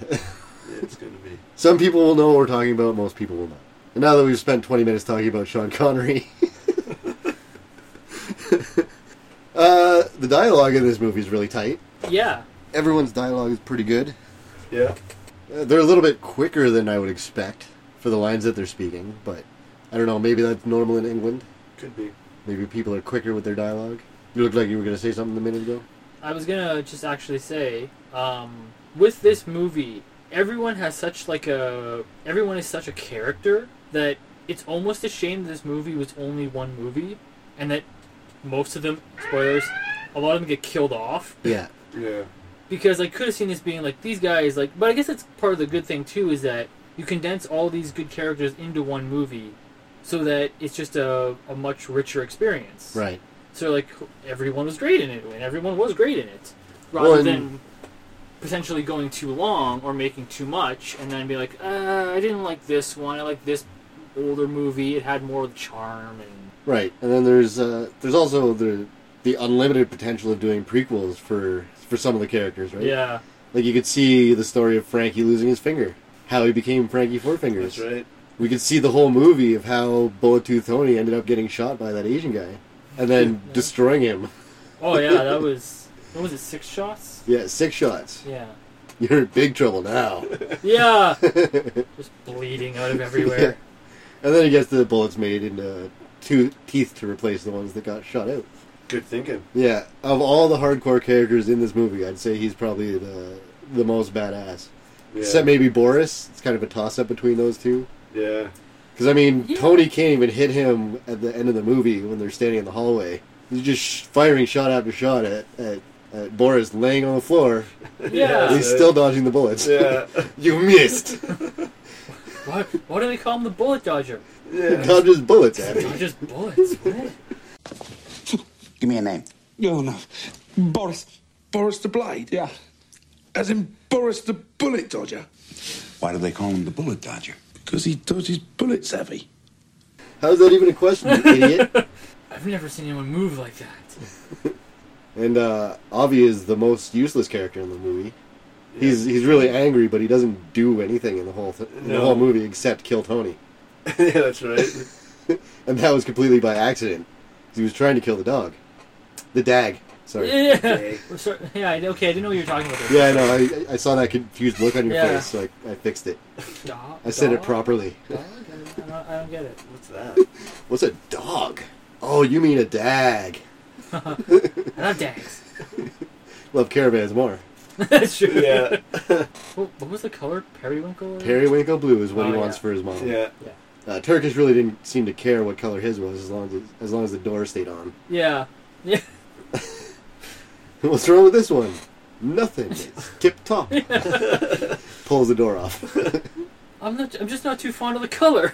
C: It's going to be.
A: some people will know what we're talking about. Most people will not. And now that we've spent 20 minutes talking about Sean Connery, uh, the dialogue in this movie is really tight.
D: Yeah,
A: Everyone's dialogue is pretty good.
C: Yeah.
A: Uh, They're a little bit quicker than I would expect for the lines that they're speaking, but I don't know. Maybe that's normal in England.
C: Could be.
A: Maybe people are quicker with their dialogue. You looked like you were going to say something a minute ago.
D: I was gonna just actually say, um, with this movie, everyone has such like a everyone is such a character that it's almost a shame that this movie was only one movie, and that most of them spoilers, a lot of them get killed off
A: Yeah,
C: Yeah.
D: because I could have seen this being like these guys like, but I guess that's part of the good thing too is that you condense all these good characters into one movie, so that it's just a, a much richer experience.
A: right.
D: So like everyone was great in it, and everyone was great in it, rather
A: Well, and-
D: than potentially going too long or making too much, and then be like, uh, I didn't like this one. I like this older movie. It had more of the charm. And
A: Right. And then there's uh, there's also the the unlimited potential of doing prequels for for some of the characters, right?
D: yeah,
A: Like you could see the story of Frankie losing his finger, how he became Frankie Four Fingers.
C: That's right.
A: We could see the whole movie of how Bullet Tooth Tony ended up getting shot by that Asian guy, and then destroying him.
D: Oh yeah, that was. What was it? Six shots.
A: Yeah, six shots.
D: Yeah.
A: You're in big trouble now.
D: Yeah. Just bleeding out of everywhere.
A: And then he gets the bullets made into two teeth to replace the ones that got shot out.
C: Good thinking.
A: Yeah, of all the hardcore characters in this movie, I'd say he's probably the the most badass.
C: Yeah.
A: Except maybe Boris. It's kind of a toss up between those two.
C: Yeah.
A: Because I mean, Tony can't even hit him at the end of the movie when they're standing in the hallway. He's just sh- firing shot after shot at, at, at Boris laying on the floor.
D: Yeah.
A: and he's still dodging the bullets.
C: Yeah.
A: you missed.
D: What? Why do they call him the bullet dodger?
A: Dodges bullets at me.
D: Dodges bullets. What?
G: Give me a name.
H: No, no. Boris. Boris the Blade? Yeah. As in Boris the Bullet Dodger?
G: Why do they call him the bullet dodger?
H: Because he dodges bullets heavy.
A: How's that even a question, you idiot?
D: I've never seen anyone move like that.
A: And uh, Avi is the most useless character in the movie. He's he's really angry, but he doesn't do anything in the whole th- in the
C: No.
A: whole movie except kill Tony,
C: yeah, that's right.
A: and that was completely by accident. 'cause He was trying to kill the dog, the dag. Sorry. Yeah,
D: Yeah. We're sor- yeah. I- Okay. I didn't know what you were talking about. There.
A: I know. I, I saw that confused look on your
D: Yeah.
A: face, so I, I fixed it.
D: Dog-
A: I said it
D: dog?
A: properly.
D: Dog? I don't, I don't get it.
C: What's that?
A: What's a dog? Oh, you mean a dag?
D: I love dags.
A: Love caravans more.
D: That's true.
C: Yeah.
D: What, what was the color? Periwinkle. or-
A: Periwinkle blue is what he
D: Mm. Oh,
A: wants
D: yeah.
A: for his mom.
C: Yeah.
A: Uh, Turkish really didn't seem to care what color his was, as long as as long as the door stayed on.
D: Yeah. Yeah.
A: What's wrong with this one? Nothing. It's tip top. Pulls the door off.
D: I'm not. I'm just not too fond of the color.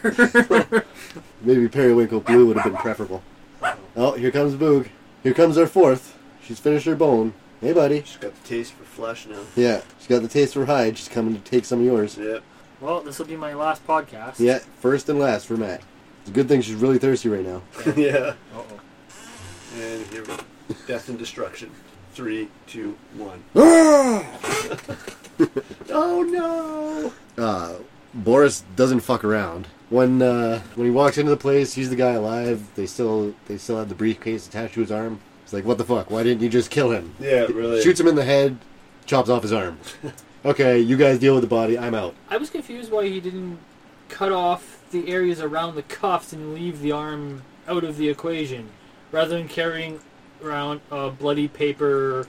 A: Maybe periwinkle blue would have been preferable. Oh, here comes Boog. Here comes our fourth. She's finished her bone. Hey, buddy.
C: She's got the taste for flesh now.
A: Yeah, she's got the taste for hide. She's coming to take some of yours.
C: Yeah.
D: well, this will be my last podcast.
A: Yeah, first and last for Matt. It's a good thing she's really thirsty right now.
C: yeah. And here we go. Death and destruction. Three, two, one. oh no!
A: uh, Boris doesn't fuck around. When uh, when he walks into the place, he's the guy alive. They still they still have the briefcase attached to his arm. It's like, what the fuck? Why didn't you just kill him?
C: Yeah, really.
A: Shoots him in the head, chops off his arm. okay, you guys deal with the body. I'm out.
D: I was confused why he didn't cut off the areas around the cuffs and leave the arm out of the equation, rather than carrying around a bloody paper,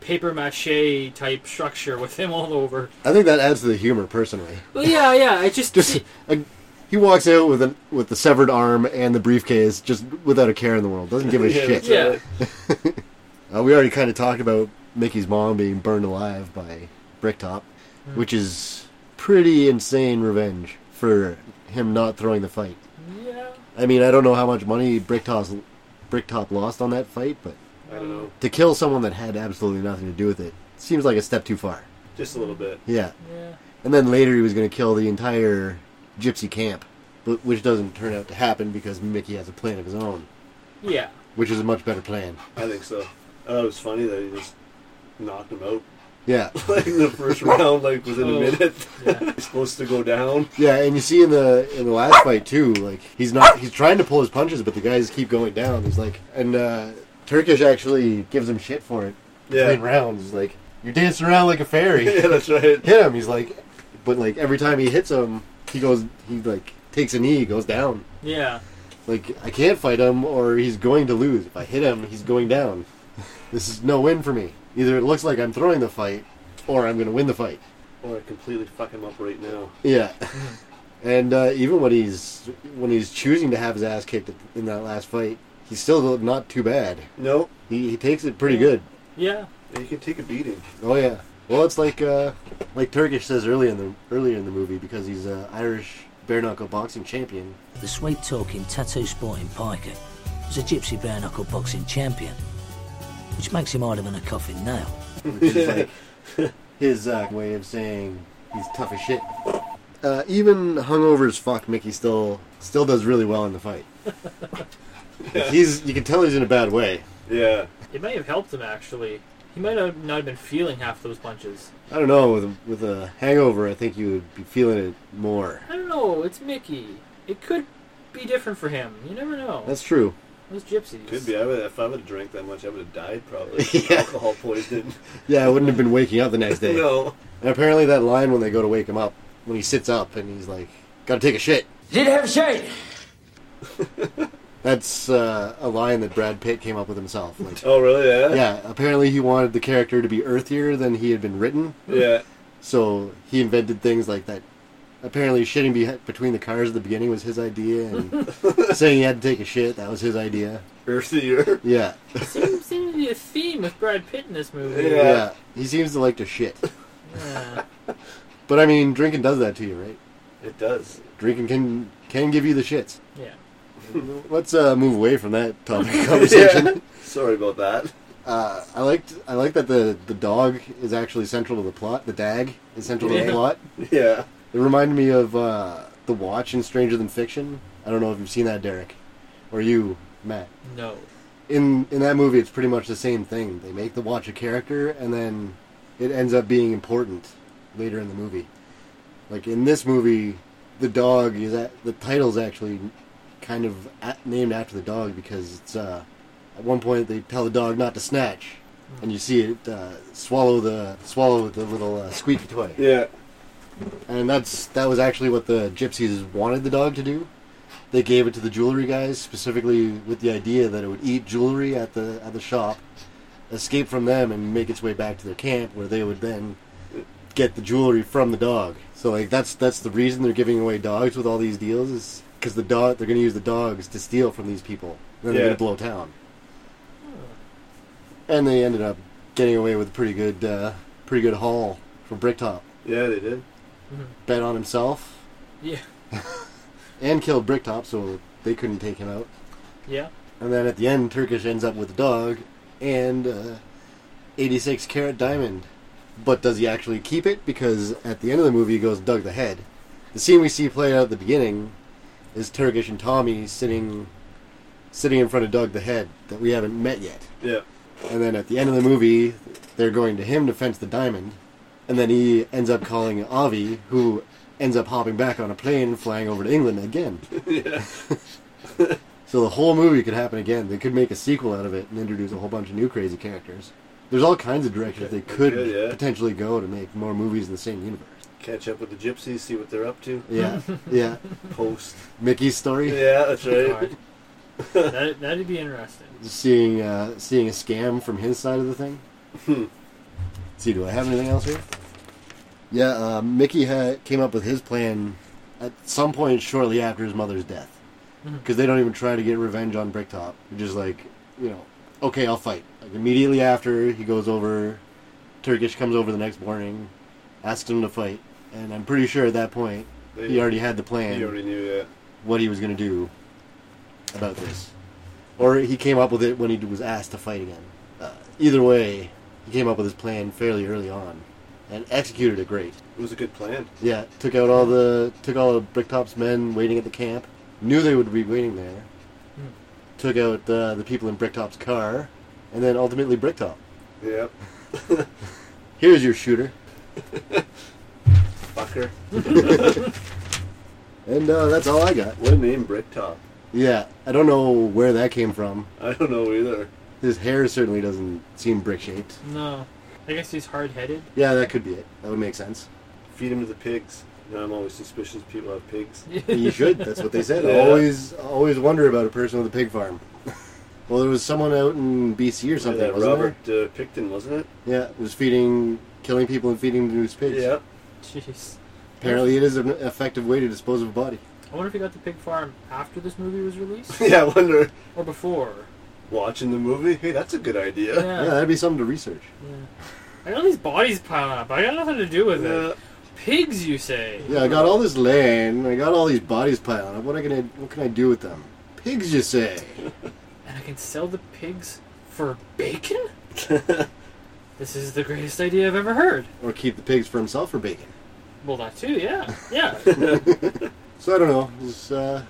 D: paper mache type structure with him all over.
A: I think that adds to the humor, personally.
D: Well, yeah, yeah. I just,
A: Just a, he walks out with an with the severed arm and the briefcase, just without a care in the world. Doesn't give a
C: Yeah,
A: shit.
C: that's
D: yeah.
A: Uh, we already kind of talked about Mickey's mom being burned alive by Bricktop, which is pretty insane revenge for him not throwing the fight.
D: Yeah.
A: I mean, I don't know how much money Bricktop's, Bricktop lost on that fight, but
C: I don't know.
A: to kill someone that had absolutely nothing to do with it seems like a step too far.
C: Just a little bit.
A: Yeah.
D: Yeah.
A: And then later he was going to kill the entire gypsy camp, but which doesn't turn out to happen because Mickey has a plan of his own,
D: Yeah.
A: which is a much better plan.
C: I think so. I thought it was funny that he just knocked him out.
A: Yeah.
C: Like in the first round, like within
D: Oh.
C: a minute.
D: Yeah.
C: He's supposed to go down.
A: Yeah, and you see in the in the last fight too, like he's not he's trying to pull his punches, but the guys keep going down. He's like, and uh, Turkish actually gives him shit for it.
C: Yeah.
A: between rounds, he's like, you're dancing around like a fairy.
C: yeah, that's right.
A: Hit him. He's like, but like every time he hits him, he goes, he like takes a knee, he goes down.
D: Yeah.
A: Like I can't fight him, or he's going to lose. If I hit him, he's going down. This is no win for me. Either it looks like I'm throwing the fight, or I'm going to win the fight.
C: Or I completely fuck him up right now.
A: Yeah. And uh, even when he's when he's choosing to have his ass kicked in that last fight, he's still not too bad.
C: No,
A: He, he takes it pretty good.
D: Yeah.
C: you can take a beating.
A: Oh yeah. Well, it's like uh, like Turkish says earlier in the earlier in the movie because he's an Irish bare knuckle boxing champion.
I: The sweet talking, tattoo sporting Piker was a gypsy bare knuckle boxing champion, which makes him harder than a coffin nail.
A: which is like his uh, way of saying he's tough as shit. Uh, even hungover as fuck, Mickey still still does really well in the fight. He's you can tell he's in a bad way.
C: Yeah.
D: It may have helped him actually He might have not have been feeling half those punches.
A: I don't know. With a, with a hangover, I think you would be feeling it more.
D: I don't know. It's Mickey. It could be different for him. You never know.
A: That's true.
D: those gypsies.
C: Could be. I would, if I would have drank that much, I would have died probably.
A: Yeah.
C: Alcohol poisoning.
A: Yeah, I wouldn't have been waking up the next day.
C: no.
A: And apparently, that line when they go to wake him up, when he sits up and he's like, "Gotta take a shit."
B: Did have shade.
A: That's uh, a line that Brad Pitt came up with himself. Like,
C: Oh, really? Yeah.
A: yeah, apparently he wanted the character to be earthier than he had been written,
C: Yeah.
A: so he invented things like that. Apparently, shitting be- between the cars at the beginning was his idea, and saying he had to take a shit that was his idea.
C: Earthier.
A: Yeah,
D: Seems, seems to be a theme with Brad Pitt in this movie.
A: yeah.
C: Yeah.
A: He seems to like to shit,
D: Yeah.
A: but I mean, drinking does that to you, right?
C: It does.
A: Drinking can can give you the shits.
D: Yeah.
A: Let's uh, move away from that topic of conversation.
C: Sorry about that.
A: Uh, I liked I like that the the dog is actually central to the plot. The dag is central to the
D: Yeah.
A: plot.
C: Yeah.
A: It reminded me of uh, the Watch in Stranger Than Fiction. I don't know if you've seen that, Derek, or you, Matt.
D: No.
A: In in that movie, it's pretty much the same thing. They make the Watch a character, and then it ends up being important later in the movie. Like in this movie, the dog is at, the title's actually kind of at, named after the dog because it's uh, at one point they tell the dog not to snatch, and you see it uh, swallow the swallow the little uh, squeaky toy.
C: Yeah.
A: And that's that was actually what the gypsies wanted the dog to do. They gave it to the jewelry guys specifically with the idea that it would eat jewelry at the at the shop, escape from them, and make its way back to their camp, where they would then get the jewelry from the dog. So like that's that's the reason they're giving away dogs with all these deals is because the dog they're going to use the dogs to steal from these people. Then they're
C: Yeah.
A: going to blow town. And they ended up getting away with a pretty good uh, pretty good haul from Bricktop.
C: Yeah, they did.
A: Bet on himself
D: Yeah.
A: and killed Bricktop, so they couldn't take him out.
D: Yeah.
A: And then at the end, Turkish ends up with the dog and uh, 86 carat diamond. But does he actually keep it? Because at the end of the movie, he goes and dug the head. The scene we see play out at the beginning is Turkish and Tommy sitting sitting in front of Doug the Head that we haven't met yet.
C: Yeah.
A: And then at the end of the movie, they're going to him to fence the diamond. And then he ends up calling Avi, who ends up hopping back on a plane and flying over to England again. so the whole movie could happen again. They could make a sequel out of it and introduce a whole bunch of new crazy characters. There's all kinds of directions they could
C: could, yeah.
A: potentially go to make more movies in the same universe.
C: Catch up with the gypsies, see what they're up to.
A: Yeah, yeah.
C: Post.
A: Mickey's story.
C: Yeah, that's right.
D: Alright. that, that'd be interesting.
A: Seeing uh, seeing a scam from his side of the thing.
C: Hmm.
A: see, do I have anything else here? Yeah, uh, Mickey had, came up with his plan at some point shortly after his mother's death, because they don't even try to get revenge on Bricktop. They're just like, you know, okay, I'll fight. Like immediately after he goes over, Turkish comes over the next morning, asks him to fight, and I'm pretty sure at that point
C: They-
A: he already had the plan
C: You already knew that.
A: what he was going to do about this, or he came up with it when he was asked to fight again. Uh, either way, he came up with his plan fairly early on, and executed it great.
C: It was a good plan.
A: Yeah, took out all the took all of Bricktop's men waiting at the camp. Knew they would be waiting there. Took out uh, the people in Bricktop's car, and then ultimately Bricktop.
C: Yeah.
A: Here's your shooter,
C: Fucker.
A: and uh, that's all I got.
C: What a name, Bricktop.
A: Yeah, I don't know where that came from.
C: I don't know either.
A: His hair certainly doesn't seem brick shaped.
D: No. I guess he's hard headed.
A: Yeah, that could be it. That would make sense.
C: Feed him to the pigs. You know, I'm always suspicious people have pigs.
A: You should. That's what they said. I
C: Yeah.
A: Always, I always wonder about a person with a pig farm. Well, there was someone out in BC or something,
C: that
A: wasn't
C: Robert uh, Picton, wasn't it?
A: there? Yeah, was feeding, killing people and feeding them to his pigs.
C: Yeah.
D: Jeez.
A: Apparently, it is an effective way to dispose of a body.
D: I wonder if he got the pig farm after this movie was released
C: yeah, I wonder.
D: or before.
C: Watching the movie? Hey, that's a good idea.
A: Yeah,
D: Yeah.
A: that'd be something to research.
D: I got these bodies piling up. I got nothing to do with
C: Uh,
D: it. Pigs, you say?
A: Yeah, I got all this land. I got all these bodies piling up. What I gonna? What can I do with them? Pigs, you say?
D: And I can sell the pigs for bacon? this is the greatest idea I've ever heard.
A: Or keep the pigs for himself for bacon?
D: Well, that too, yeah. Yeah.
A: So I don't know. Is, uh,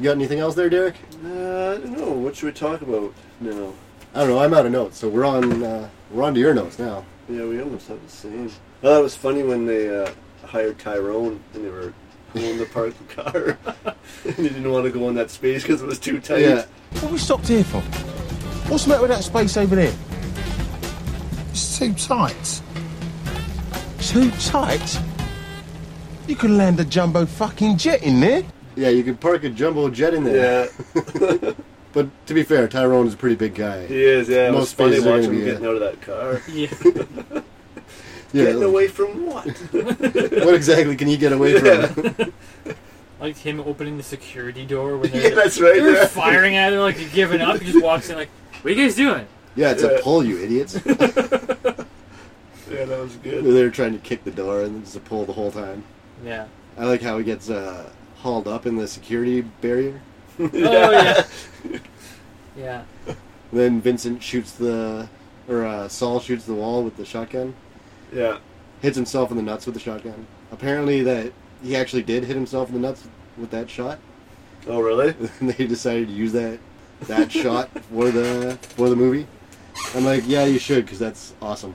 A: you got anything else there, Derek?
C: Uh, I don't know. What should we talk about now?
A: I don't know. I'm out of notes, so we're on uh, we're on to your notes now.
C: Yeah, we almost have the same. I thought it was funny when they uh, hired Tyrone and they were pulling the park the car. and he didn't want to go in that space because it was too tight.
A: Yeah,
J: What we stopped here for? What's the matter with that space over there? It's too tight. Too tight? You could land a jumbo fucking jet in there.
A: yeah. You could park a jumbo jet in there.
C: Yeah,
A: But to be fair, Tyrone is a pretty big guy.
C: he is. Yeah, it was
A: Most
C: funny
A: spaces are gonna
C: watching
A: be,
C: him
A: uh,
C: getting out of that car.
D: Yeah.
A: Yeah,
C: getting
A: like,
C: away from what?
A: What exactly can you get away from?
D: Like him opening the security door when they're,
C: yeah, that's right.
D: they're
C: There.
D: firing at him like he's giving up. He just walks in like, what are you guys doing?
A: Yeah, it's a pull, you idiots.
C: Yeah, that was good.
A: They're trying to kick the door, and it's a pull the whole time.
D: Yeah.
A: I like how he gets uh, hauled up in the security barrier.
D: Oh, yeah. Yeah.
A: Then Vincent shoots the, or uh, Saul shoots the wall with the shotgun.
C: Yeah,
A: Hits himself in the nuts with the shotgun. Apparently, that he actually did hit himself in the nuts with that shot.
C: Oh, really?
A: And they decided to use that that shot for the for the movie. I'm like, yeah, you should, because that's awesome.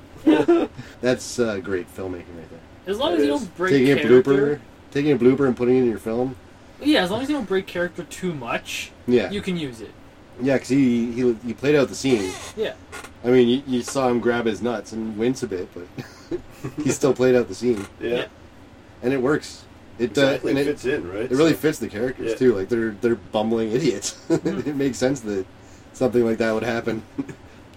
A: that's uh, great filmmaking right there.
D: As long
C: It
D: as you
C: is.
D: don't break
A: taking a blooper,
D: character.
A: taking a blooper and putting it in your film.
D: Yeah, as long as you don't break character too much,
A: Yeah,
D: you can use it.
A: yeah, because he, he he played out the scene.
D: Yeah.
A: I mean, you, you saw him grab his nuts and wince a bit, but he still played out the scene,
C: Yeah,
A: and it works. It uh,
C: exactly.
A: and
C: It
A: it,
C: fits in, right?
A: it really
C: So-
A: fits the characters
C: Yeah.
A: too. Like they're they're bumbling idiots. it makes sense that something like that would happen.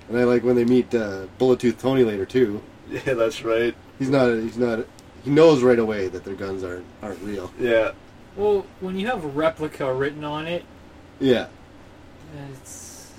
A: and I like when they meet uh, Bullet Tooth Tony later too.
C: Yeah, that's right.
A: He's not he's not he knows right away that their guns aren't aren't real.
C: Yeah,
D: Well, when you have replica written on it,
A: Yeah,
D: it's.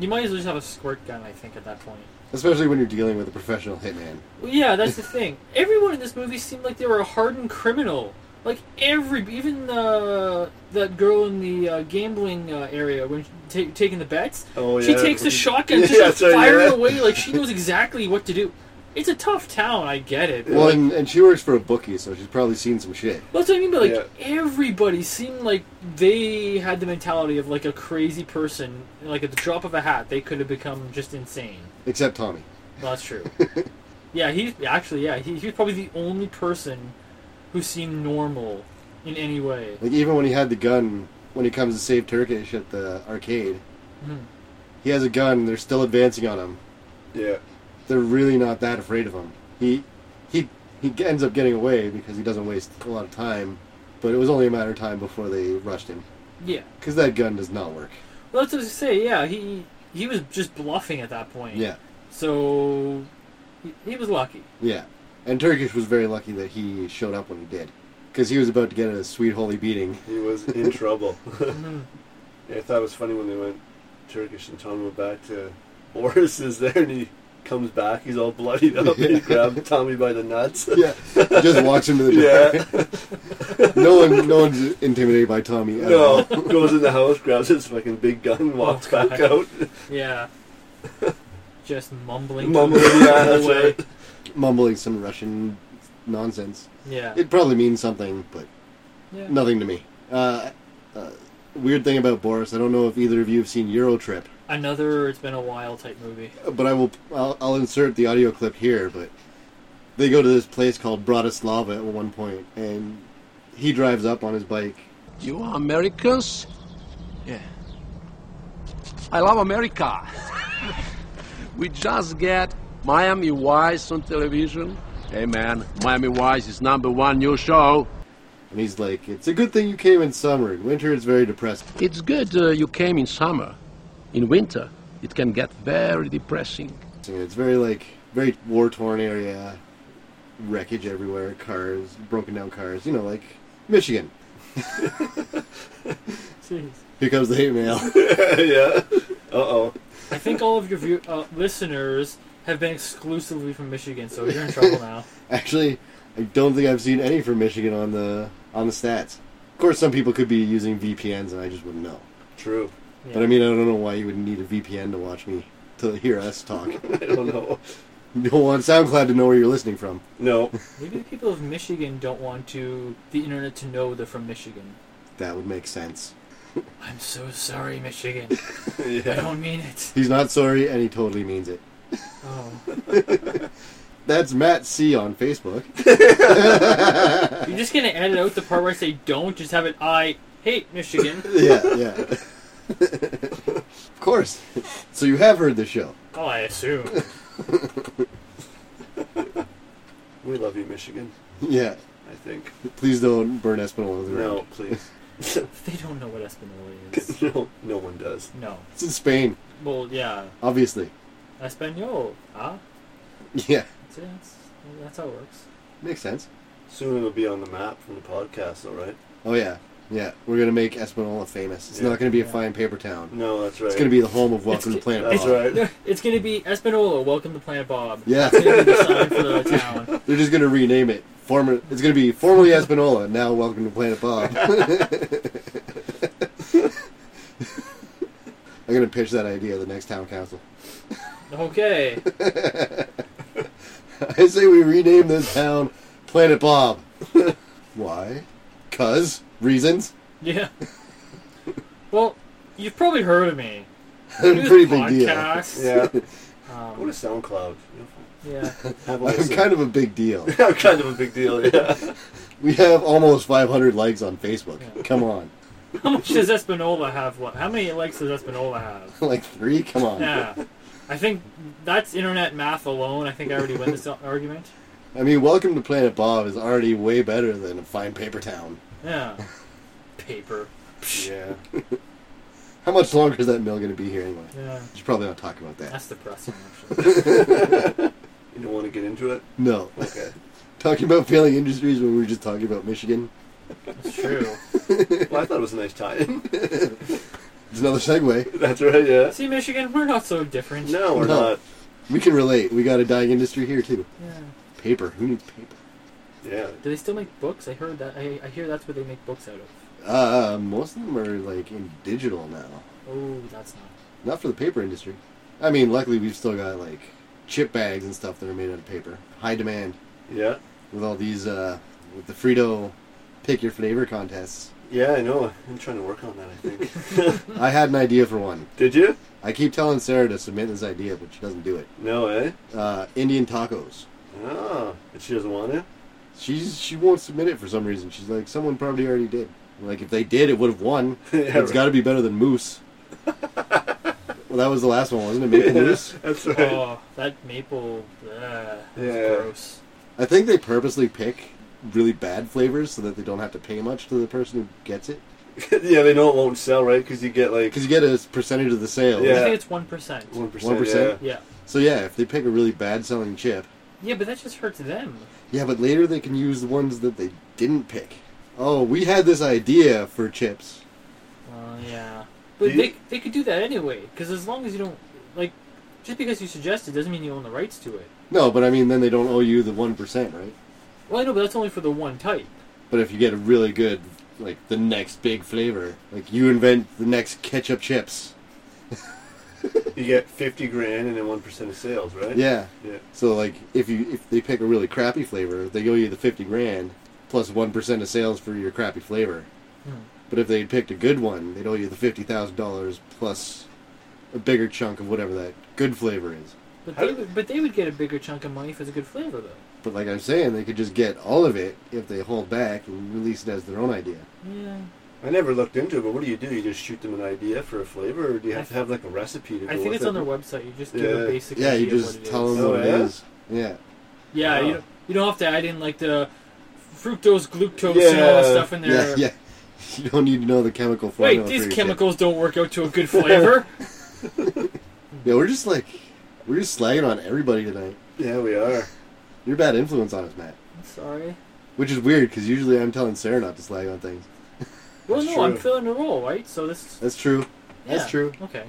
D: you might as well just have a squirt gun, I think, at that point.
A: especially when you're dealing with a professional hitman.
D: Well, yeah, that's the thing. Everyone in this movie seemed like they were a hardened criminal. Like every, even the that girl in the uh, gambling uh, area when she ta- taking the bets,
C: Oh,
D: she
C: yeah.
D: takes a shotgun,
C: Yeah,
D: just like,
C: that's right,
D: firing
C: yeah.
D: away like she knows exactly what to do. It's a tough town, I get it.
A: Well, and, and she works for a bookie, so she's probably seen some shit.
D: Well, That's what I mean by like
C: Yeah.
D: everybody seemed like they had the mentality of like a crazy person. Like at the drop of a hat, they could have become just insane.
A: Except Tommy.
D: Well, that's true. yeah, he's actually yeah he, he was probably the only person who seemed normal in any way.
A: Like even when he had the gun, when he comes to save Turkish at the arcade, he has a gun. They're still advancing on him.
C: yeah.
A: They're really not that afraid of him. He he he ends up getting away because he doesn't waste a lot of time. But it was only a matter of time before they rushed him
D: Yeah,
A: because that gun does not work.
D: well, that's what I was gonna say. Yeah, he he was just bluffing at that point.
A: Yeah,
D: So he, he was lucky.
A: yeah. And Turkish was very lucky that he showed up when he did, because he was about to get a sweet holy beating.
C: He was in trouble.
A: Mm-hmm.
C: Yeah, I thought it was funny when they went Turkish and Tommy went back to Boris is there and he comes back, he's all bloodied up and he grabbed Tommy by the nuts.
A: Yeah, he just walks into the door.
C: Yeah.
A: No one, no one's intimidated by Tommy. At all.
C: No. Goes in the house, grabs his fucking big gun, walks
D: God.
C: back out.
D: Yeah. Just mumbling.
C: Mumbling
D: the
C: yeah, that's
D: whole way.
C: right.
A: mumbling some Russian nonsense.
D: Yeah.
A: It probably means something, but
D: Yeah.
A: nothing to me. Uh, uh, weird thing about Boris, I don't know if either of you have seen Eurotrip,
D: Another it's been a while type movie.
A: but I will. I'll, I'll insert the audio clip here. But they go to this place called Bratislava at one point, and he drives up on his bike.
J: You are Americans? Yeah. I love America. we just get Miami Vice on television. Hey man, Miami Vice is number one new show.
A: And he's like, "It's a good thing you came in summer. In winter, it's very depressing."
J: It's good uh, you came in summer. In winter, it can get very depressing.
A: It's very like very war torn area, wreckage everywhere, cars, broken down cars. You know, like Michigan.
D: Jeez.
A: Here comes the hate mail.
C: yeah. Uh oh.
D: I think all of your view- uh, listeners have been exclusively from Michigan, so you're in trouble now.
A: Actually, I don't think I've seen any from Michigan on the on the stats. Of course, some people could be using VPNs, and I just wouldn't know.
C: True.
D: Yeah.
A: But I mean, I don't know why you would need a VPN to watch me to hear us talk.
C: I don't know.
A: you don't want SoundCloud to know where you're listening from.
C: No.
D: Maybe the people of Michigan don't want to the internet to know they're from Michigan.
A: That would make sense.
D: I'm so sorry, Michigan.
A: Yeah.
D: I don't mean it.
A: He's not sorry, and he totally means it.
D: Oh.
A: That's Matt C on Facebook.
D: You're just gonna edit out the part where I say don't, just have it I hate Michigan.
A: yeah, yeah. of course. So you have heard the show.
D: Oh, I assume.
C: We love you, Michigan.
A: Yeah.
C: I think.
A: Please don't burn Espinal with the
C: No, please.
D: They don't know what Espanola is.
C: no, no one does.
D: No.
A: It's in Spain,
D: Well, yeah.
A: obviously.
D: Espanol. Ah.
A: Yeah.
D: See, That's, that's how it works.
A: Makes sense.
C: Soon it'll be on the map from the podcast, all right?
A: Oh, yeah. Yeah. We're going to make Espanola famous. It's
C: Yeah.
A: not going to be a
D: Yeah.
A: fine paper town.
C: No, that's right. Oh,
A: It's going to be the home of Welcome to
D: It's-
A: Planet
C: That's
A: Bob.
C: right.
D: It's gonna be Espanola. Welcome to Planet Bob.
A: Yeah.
D: It's gonna be the sign for the town.
A: They're just going to rename it. Former, it's going to be formerly Espanola, now Welcome to Planet Bob. I'm going to pitch that idea to the next town council.
D: Okay.
A: I say we rename this town Planet Bob. Why? Cuz? Reasons?
D: Yeah. Well, you've probably heard of me. Do
A: Pretty big deal.
D: podcasts.
C: Yeah. Go to
D: Um,
C: SoundCloud.
D: yeah.
C: Have a
A: I'm
C: listen.
A: kind of a big deal.
C: I'm kind of a big deal, yeah.
A: We have almost 500 likes on Facebook. Come on.
D: How much does Espanola have? What? How many likes does Espanola have?
A: Like three? Come on.
D: Yeah. I think that's internet math alone. I think I already win this argument.
A: I mean, Welcome to Planet Bob is already way better than a fine paper town.
D: Yeah. Paper.
C: Yeah.
A: How much longer is that mill going to be here anyway?
D: Yeah.
A: You should probably not talk about that.
D: That's depressing, actually.
C: You don't want to get into it?
A: No.
C: Okay.
A: Talking about failing industries when we were just talking about Michigan.
D: That's true.
C: Well, I thought it was a nice tie-in.
A: It's another segue.
C: That's right, yeah.
D: See, Michigan, we're not so different.
C: No, we're
A: No.
C: not.
A: We can relate. We got a dying industry here too.
D: Yeah.
A: Paper. Who needs paper?
C: Yeah.
D: Do they still make books? I heard that. I, I hear that's what they make books out of.
A: Uh, most of them are like in digital now.
D: Oh, that's not.
A: Not for the paper industry. I mean, luckily we've still got like chip bags and stuff that are made out of paper. High demand
C: Yeah.
A: with all these uh, with the Frito pick your flavor contests.
C: Yeah, I know. I'm trying to work on that, I think.
A: I had an idea for one.
C: Did you?
A: I keep telling Sarah to submit this idea, but she doesn't do it.
C: No, eh?
A: Uh, Indian tacos.
C: Oh. But she doesn't want to?
A: She's she won't submit it for some reason. She's like, someone probably already did. Like if they did, it would have won.
C: Yeah,
A: It's
C: right.
A: got to be better than moose. well, that was the last one, wasn't it? Maple moose.
C: That's right.
D: Oh, that maple. Uh, that's
C: Yeah.
D: gross.
A: I think they purposely pick really bad flavors so that they don't have to pay much to the person who gets it
C: yeah, they know it won't sell, right? Because you get like
A: because you get a percentage of the sales.
D: I
C: Yeah.
D: think it's 1%.
C: 1%.
A: 1%?
D: Yeah.
A: So yeah, if they pick a really bad selling chip,
D: Yeah, but that just hurts them.
A: yeah, but later they can use the ones that they didn't pick. Oh, we had this idea for chips.
D: Well, yeah. But
C: Do
D: they,
C: you-
D: they could do that anyway, because as long as you don't. Like, just because you suggest it doesn't mean you own the rights to it.
A: No, but I mean, then they don't owe you the one percent, right?
D: Well, I know, but that's only for the one type.
A: But if you get a really good, like the next big flavor, like you invent the next ketchup chips.
C: You get 50 grand and then 1% of sales, right?
A: Yeah.
C: Yeah.
A: So like if you if they pick a really crappy flavor, they owe you the fifty grand plus one percent of sales for your crappy flavor. But if they would picked a good one, they'd owe you the fifty thousand dollars plus a bigger chunk of whatever that good flavor is.
D: But
C: How
D: they,
C: do-
D: would, but they would get a bigger chunk of money if it's a good flavor, though.
A: But like I'm saying, they could just get all of it if they hold back and release it as their own idea.
D: Yeah.
C: I never looked into it, but what do you do? You just shoot them an idea for a flavor, or do you have to have like a recipe to go
D: I think
C: with
D: it's
C: it?
D: on their website. You just give
C: Yeah.
D: a basic
A: yeah, you
D: idea of
A: just
D: what it
A: tell
D: is.
A: them
C: Oh,
A: what it
C: yeah?
A: is. Yeah.
D: Yeah,
C: Wow.
D: you, don't, you don't have to add in like the fructose, glucose, and all that
C: Yeah.
D: stuff in there.
A: Yeah, yeah. You don't need to know the chemical formula.
D: Wait,
A: for
D: these
A: your chip.
D: chemicals don't work out to a good flavor.
A: Yeah, we're just like we're just slagging on everybody tonight.
C: Yeah, we are.
A: You're a bad influence on us, Matt.
D: I'm sorry.
A: Which is weird because usually I'm telling Sarah not to slag on things.
D: Well,
C: That's
D: no, I'm
C: true.
D: filling the role, right? So this.
A: That's true. That's
D: yeah,
A: true.
D: Okay.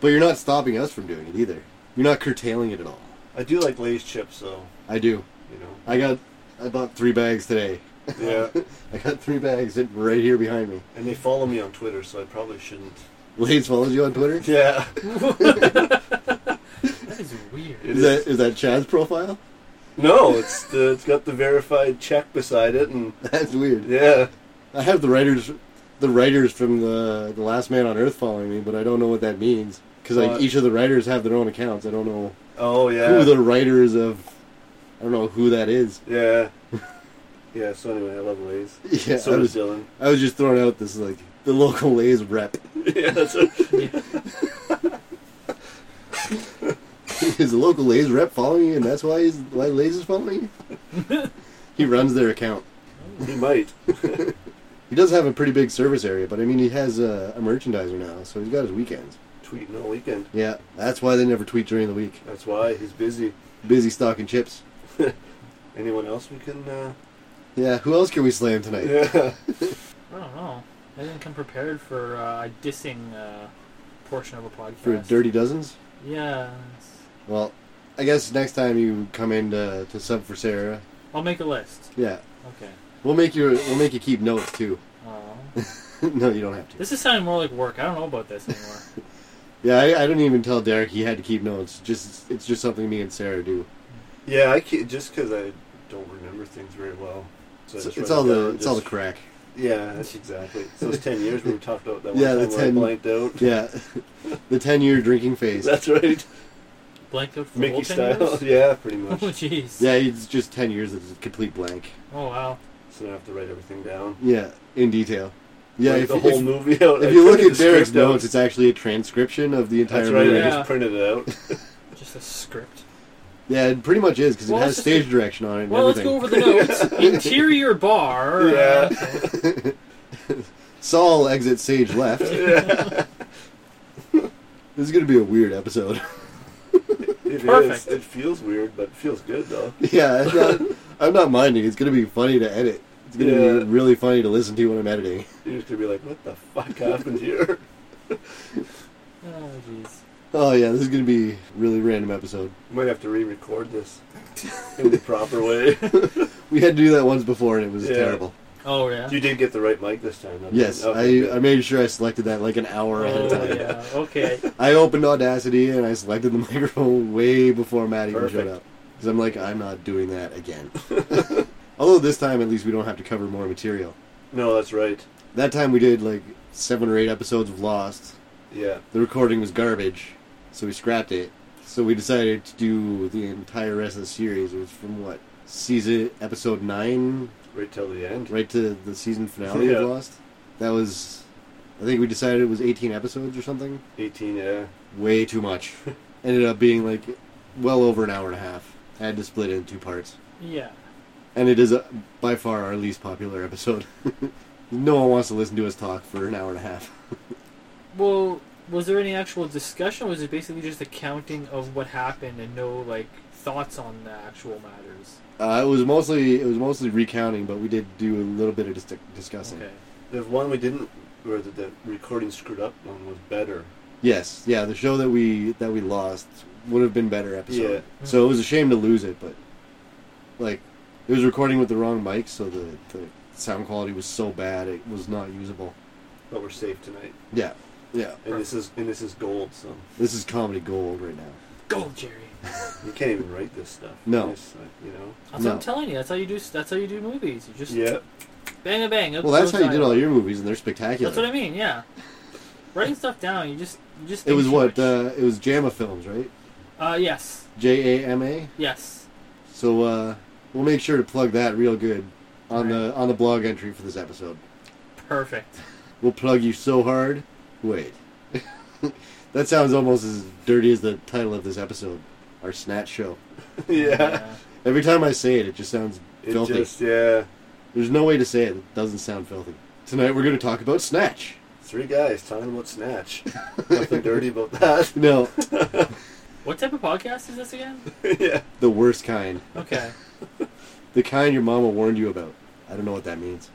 A: But you're not stopping us from doing it either. You're not curtailing it at all.
C: I do like Lay's chips, though.
A: I do.
C: You know.
A: I got I bought three bags today.
C: Yeah.
A: I got three bags sitting right here behind me.
C: and they follow me on Twitter, so I probably shouldn't.
A: Lades follows you on Twitter.
C: Yeah.
D: That is weird.
C: It
A: Is that is that Chad's profile?
C: No, it's the, it's got the verified check beside it, and
A: That's weird.
C: yeah,
A: I have the writers the writers from the, the Last Man on Earth following me, but I don't know what that means because like
C: What?
A: each of the writers have their own accounts. I don't know
C: Oh yeah.
A: who the writers of. I don't know who that is.
C: Yeah. yeah. So anyway, I love Lay's.
A: Yeah,
C: So
A: I was,
C: does Dylan.
A: I was just throwing out this like the local Lay's rep.
C: yeah. That's what,
A: is the local Lay's rep following you, and that's why he's why Lay's is following you? he runs their account.
C: he might.
A: He does have a pretty big service area, but I mean, he has a, a merchandiser now, so he's got his weekends.
C: Tweeting all weekend.
A: Yeah, that's why they never tweet during the week.
C: That's why he's busy.
A: Busy stocking chips.
C: Anyone else we can? Uh...
A: Yeah, who else can we slam tonight?
C: Yeah.
D: I don't know. I didn't come prepared for uh, a dissing uh, portion of a podcast.
A: For Dirty Dozens?
D: Yeah.
A: Well, I guess next time you come in to, to sub for Sarah,
D: I'll make a list.
A: yeah,
D: Okay.
A: we'll make you we'll make you keep notes too.
D: Oh.
A: no, you don't have to.
D: This is sounding more like work. I don't know about this anymore.
A: Yeah, I, I didn't even tell Derek he had to keep notes. Just it's just something me and Sarah do.
C: Yeah. I can't, just because I don't remember things very well. So I
A: It's,
C: just
A: it's
C: write
A: all
C: it
A: the
C: down,
A: it's all the
C: just-
A: crack.
C: Yeah, that's exactly. So those ten years we talked about that one
A: Yeah,
C: time
A: the
C: where I
A: 10
C: blanked out.
A: Yeah, the ten year drinking phase.
C: That's right.
D: Blanked out for the
C: Mickey
D: whole 10
C: style.
D: years?
C: Yeah, pretty
D: Oh,
C: much.
D: jeez.
A: Yeah, it's just ten years of complete blank.
D: Oh, wow.
C: So now I have to write everything down.
A: Yeah, in detail. Yeah,
C: Like
A: if,
C: the
A: if-
C: whole movie out.
A: if
C: I
A: you look
C: printed
A: at
C: the
A: Derek's
C: script out.
A: notes, it's actually a transcription of the entire
C: That's right.
A: movie.
C: I
D: Yeah.
C: just printed it out.
D: Just a script.
A: Yeah, it pretty much is because
D: Well,
A: it has
D: let's just-
A: stage direction on it. And
D: Well, let's go
A: everything.
D: over the notes. Interior bar. uh,
C: Yeah.
A: Saul exits stage left. This is going to be a weird episode.
C: It is.
D: Perfect.
C: It feels weird, but it feels good though.
A: yeah, I'm not, I'm not minding. It's going to be funny to edit. It's going to
C: Yeah.
A: be really funny to listen to when I'm editing.
C: You're just gonna be like, "What the fuck happened here?"
D: Oh, jeez.
A: Oh yeah, this is going to be a really random episode.
C: You might have to re-record this in the proper way.
A: We had to do that once before and it was
C: Yeah.
A: terrible.
D: Oh, yeah.
C: You did get the right mic this time. though. Oh.
A: Yes,
C: Okay,
A: I, I
C: good.
A: made sure I selected that like an hour ahead of
D: Oh,
A: time.
D: yeah. Okay.
A: I opened Audacity and I selected the microphone way before Matt even showed
C: Perfect.
A: up. Because I'm like, I'm not doing that again. uh, Although this time, at least, we don't have to cover more material.
C: no, that's right.
A: That time we did like seven or eight episodes of Lost.
C: Yeah,
A: The recording was garbage, so we scrapped it. So we decided to do the entire rest of the series. It was from what? Season episode nine,
C: right till the end.
A: right to the season finale
C: Yeah.
A: of Lost. That was, I think we decided it was 18 episodes or something.
C: Eighteen. Yeah,
A: way too much. Ended up being like well over an hour and a half. I had to split it in two parts,
D: Yeah.
A: and it is uh by far our least popular episode. no one wants to listen to us talk for an hour and a half.
D: Well, was there any actual discussion? Was it basically just accounting of what happened and no, like, thoughts on the actual matters?
A: Uh, it was mostly it was mostly recounting, but we did do a little bit of dis- discussing.
D: Okay.
C: the one we didn't, or the, the recording screwed up one was better.
A: Yes, yeah, the show that we that we lost would have been better episode.
C: Yeah.
A: So it was a shame to lose it, but like it was recording with the wrong mic, so the, the sound quality was so bad it was not usable.
C: But we're safe tonight,
A: Yeah, yeah.
C: and this is and this is gold. So
A: This is comedy gold right now.
D: Go, Jerry.
C: you can't even write this stuff.
A: No.
C: It's like, you know.
D: That's what
A: No.
D: I'm telling you. That's how you do. That's how you do movies. You just
C: Yeah,
D: bang a bang.
A: Well, that's how you
D: episodes
A: did all
D: out.
A: your movies, and they're spectacular.
D: That's what I mean. Yeah. Writing stuff down. You just. You just.
A: It was
D: think too
A: what? Uh,
D: much.
A: it was JAMA Films, right?
D: uh. Yes.
A: J A M A.
D: Yes.
A: So uh, we'll make sure to plug that real good on the on the blog entry for this episode.
D: Perfect.
A: We'll plug you so hard. Wait, that sounds almost as dirty as the title of this episode, our snatch show. Mm-hmm.
C: yeah.
D: Yeah.
A: Every time I say it, it just sounds
C: It
A: filthy.
C: just yeah.
A: There's no way to say it that doesn't sound filthy. Tonight we're going to talk about snatch.
C: Three guys talking about snatch. Nothing dirty about that.
A: No,
D: What type of podcast is this again?
C: yeah.
A: the worst kind.
D: Okay.
A: The kind your mama warned you about. I don't know what that means.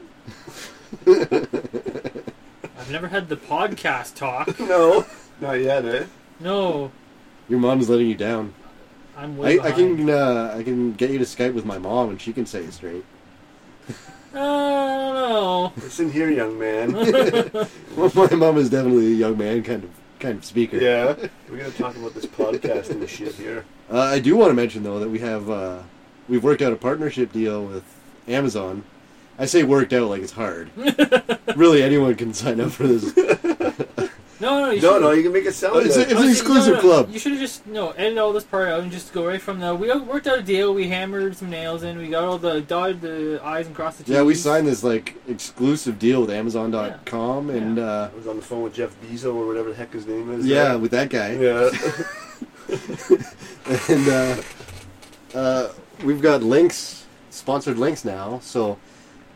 D: I've never had the podcast talk.
C: No, not yet, eh?
D: No,
A: Your mom's letting you down.
D: I'm way
A: I, I
D: behind.
A: can uh, I can get you to Skype with my mom and she can say it straight.
D: Uh, Oh
C: Listen here, young man.
A: Well, my mom is definitely a young man kind of kind of speaker.
C: yeah, we're gonna talk about this podcast and shit here.
A: Uh, I do want to mention though that we have uh, we've worked out a partnership deal with Amazon I say worked out like it's hard. really, anyone can sign up for this.
D: No, no, you
C: No,
D: should-
C: no, you can make it sound
A: It's a-
C: good.
A: it's an
D: Honestly,
A: exclusive
D: no, no, no.
A: club.
D: You should have just no ended all this part out and just go right from the. We worked out a deal. We hammered some nails in. We got all the dotted the i's and crossed the t's.
A: Yeah, we signed this like exclusive deal with Amazon.com and uh,
C: I was on the phone with Jeff Bezos or whatever the heck his name is.
A: yeah,
C: uh,
A: with that guy.
C: yeah.
A: and uh, uh, we've got links, sponsored links now. So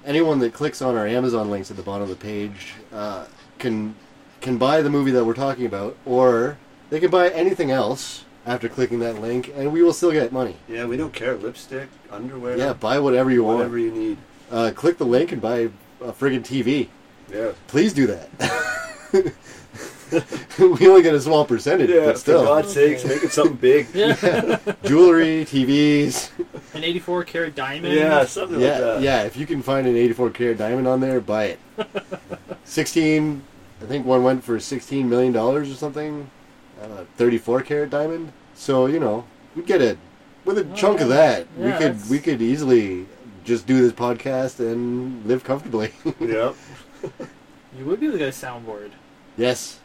A: anyone that clicks on our Amazon links at the bottom of the page uh, can can buy the movie that we're talking about, or they can buy anything else after clicking that link, and we will still get money.
C: yeah, we don't care. Lipstick, underwear,
A: Yeah, buy whatever you
C: whatever
A: want.
C: you need.
A: Uh, click the link and buy a friggin' TV.
C: Yeah.
A: Please do that. we only get a small percentage,
C: Yeah,
A: but
C: for
A: still.
C: God's sakes, make it something big.
D: Yeah,
A: Jewelry, TVs.
D: an 84 karat diamond.
C: Yeah, something
A: Yeah,
C: like
D: uh,
C: that.
A: yeah. If you can find an 84 karat diamond on there, buy it. 16, I think one went for 16 million dollars or something. Uh, 34 karat diamond. So you know, we get it with a chunk of that. we
D: Oh, Yeah,
A: could
D: that's-
A: we could easily just do this podcast and live comfortably.
C: Yeah.
D: You would be able to get a soundboard.
A: yes,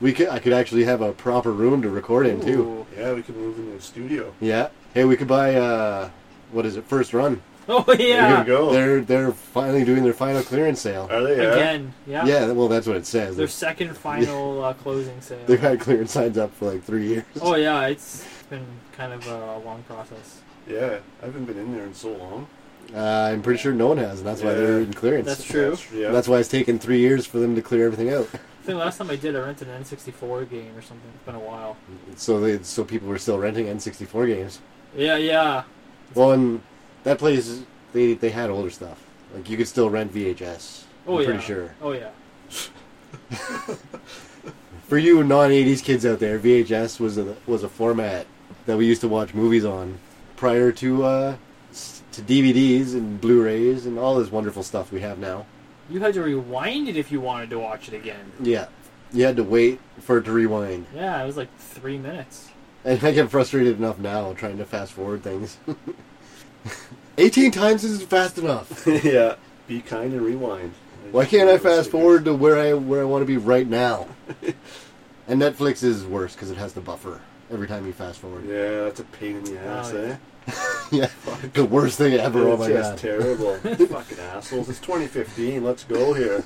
A: we could. I could actually have a proper room to record in too.
D: Ooh.
C: Yeah, we could move into the studio.
A: Yeah. Hey, we could buy. Uh, what is it? First run.
D: Oh
C: There
D: yeah.
C: you go.
A: They're they're finally doing their final clearance sale.
C: Are they? Yeah.
D: Again, yeah.
A: Yeah. Well, that's what it says.
D: Their second final uh, closing sale.
A: They've had clearance signs up for like three years.
D: Oh yeah, it's been kind of a long process.
C: Yeah, I haven't been in there in so long.
A: Uh, I'm pretty sure no one has, and that's why they're
C: Yeah.
A: in clearance.
D: That's true.
C: yeah.
A: That's why it's taken three years for them to clear everything out.
D: I think last time I did, I rented an N64 game or something. It's been a while.
A: So they, so people were still renting N64 games.
D: Yeah, yeah.
A: Well, and that place they they had older stuff. Like you could still rent VHS.
D: Oh
A: I'm
D: yeah.
A: pretty sure.
D: Oh yeah.
A: For you non-80s kids out there, VHS was a was a format that we used to watch movies on prior to uh, s- to DVDs and Blu-rays and all this wonderful stuff we have now.
D: You had to rewind it if you wanted to watch it again.
A: Yeah, you had to wait for it to rewind.
D: Yeah, it was like three minutes.
A: And I get frustrated enough now trying to fast forward things. 18 times isn't fast enough.
C: yeah. Be kind and rewind.
A: Why can't I fast forward to where I where I want to be right now? And Netflix is worse because it has the buffer every time you fast forward.
C: Yeah, that's a pain in the ass,
D: Oh, yeah.
C: eh?
A: Yeah, the worst thing ever. Oh
C: it's
A: my
C: just
A: god!
C: terrible. Fucking assholes. It's 2015. Let's go here.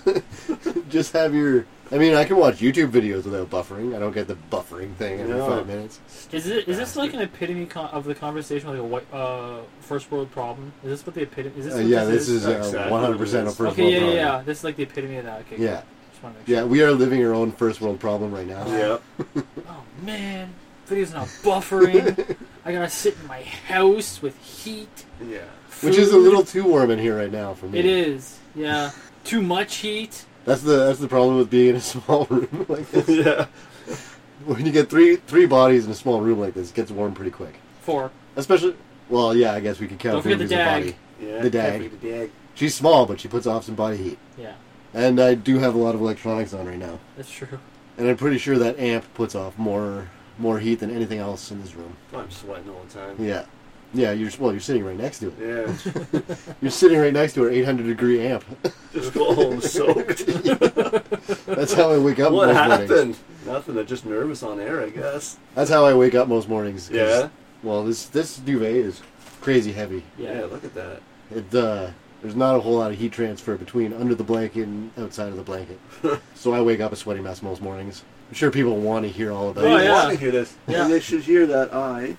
A: Just have your. I mean, I can watch YouTube videos without buffering. I don't get the buffering thing every
C: No.
A: five minutes.
D: Is it? Is this like an epitome con- of the conversation, like a white, uh, first world problem? Is this what the epitome? Is this?
A: Uh,
D: What
A: yeah, this is
C: Exactly what
A: uh,
C: it
A: 100% a
C: is.
A: first
D: okay,
A: world
D: yeah, yeah,
A: problem.
D: yeah. This is like the epitome of that. Okay,
A: Yeah.
D: cool. Just wanna make
A: Yeah, we are living our own first world problem right now.
C: yeah.
D: sure. Oh man, video's not buffering. I gotta sit in my house with heat.
C: Yeah.
A: Which is a
D: food.
A: little too warm in here right now for me.
D: It is. Yeah. Too much heat.
A: That's the that's the problem with being in a small room like this.
C: yeah.
A: When you get three three bodies in a small room like this, it gets warm pretty quick.
D: Four.
A: Especially, well, yeah, I guess we could count
D: Don't forget the
A: fingers and
D: dag.
A: body.
C: Yeah.
A: The dag.
C: Can't beat The dag.
A: She's small, but she puts off some body heat.
D: Yeah,
A: And I do have a lot of electronics on right now,
D: that's true.
A: and I'm pretty sure that amp puts off more more heat than anything else in this room.
C: I'm sweating all the time.
A: Yeah, yeah. You're well. You're sitting right next to it.
C: Yeah.
A: You're sitting right next to her 800 degree amp.
C: Just go home soaked.
A: That's how I wake up
C: what
A: most mornings.
C: happened? Nothing. I'm just nervous on air, I guess.
A: That's how I wake up most mornings. 'cause,
C: Yeah.
A: Well, this this duvet is crazy heavy.
C: Yeah,
D: Yeah.
C: look at that.
A: It, uh, there's not a whole lot of heat transfer between under the blanket and outside of the blanket. so I wake up a sweaty mess most mornings. I'm sure people want to hear all about
D: Oh,
A: it.
C: They
D: yeah.
C: want to hear this.
D: Yeah.
C: They should hear that I.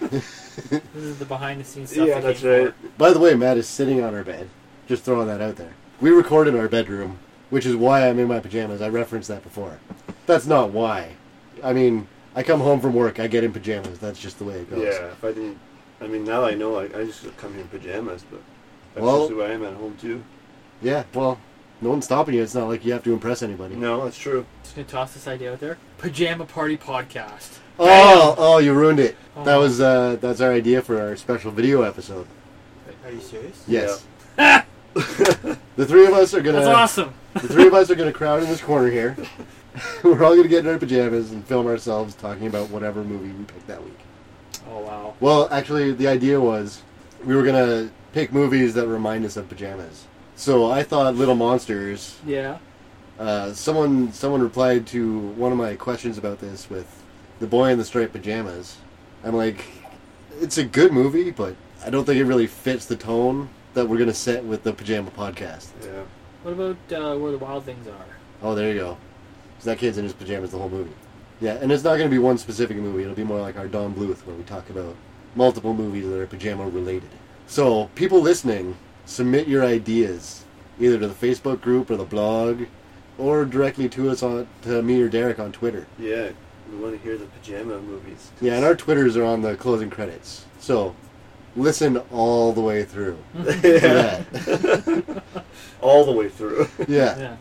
D: This is the behind the scenes stuff.
C: yeah,
D: that
C: that's
D: came forward.
C: right.
A: By the way, Matt is sitting on our bed. Just throwing that out there. We recorded our bedroom, which is why I'm in my pajamas. I referenced that before. That's not why. I mean, I come home from work, I get in pajamas. That's just the way it goes.
C: Yeah, if I didn't, I mean, now I know I, I just come here in pajamas, but that's
A: Well-
C: just who I am at home too.
A: Yeah, well, no one's stopping you. It's not like you have to impress anybody.
C: No, that's true.
D: Just gonna toss this idea out there. Pajama party podcast.
A: Oh, oh, you ruined it.
D: Oh.
A: That was uh, that's our idea for our special video episode.
D: Are you serious?
A: Yes. the three of us are gonna.
D: That's awesome.
A: The three of us are gonna crowd in this corner here. We're all gonna get in our pajamas and film ourselves talking about whatever movie we picked that week.
D: Oh wow.
A: Well, actually, the idea was we were gonna pick movies that remind us of pajamas. So I thought Little Monsters.
D: Yeah.
A: Uh, someone someone replied to one of my questions about this with the boy in the striped pajamas. I'm like, it's a good movie, but I don't think it really fits the tone that we're gonna set with the pajama podcast.
C: Yeah.
D: What about uh, where the wild things are?
A: Oh, there you go. 'Cause that kid's in his pajamas the whole movie. Yeah, and it's not going to be one specific movie. It'll be more like our Don Bluth, where we talk about multiple movies that are pajama related. So, people listening, submit your ideas either to the Facebook group or the blog, or directly to us on to me or Derek on Twitter.
C: Yeah. We want to hear the pajama movies.
A: Yeah, and our Twitters are on the closing credits. So, listen all the way through.
C: Yeah. All the way through.
A: Yeah.
D: Yeah.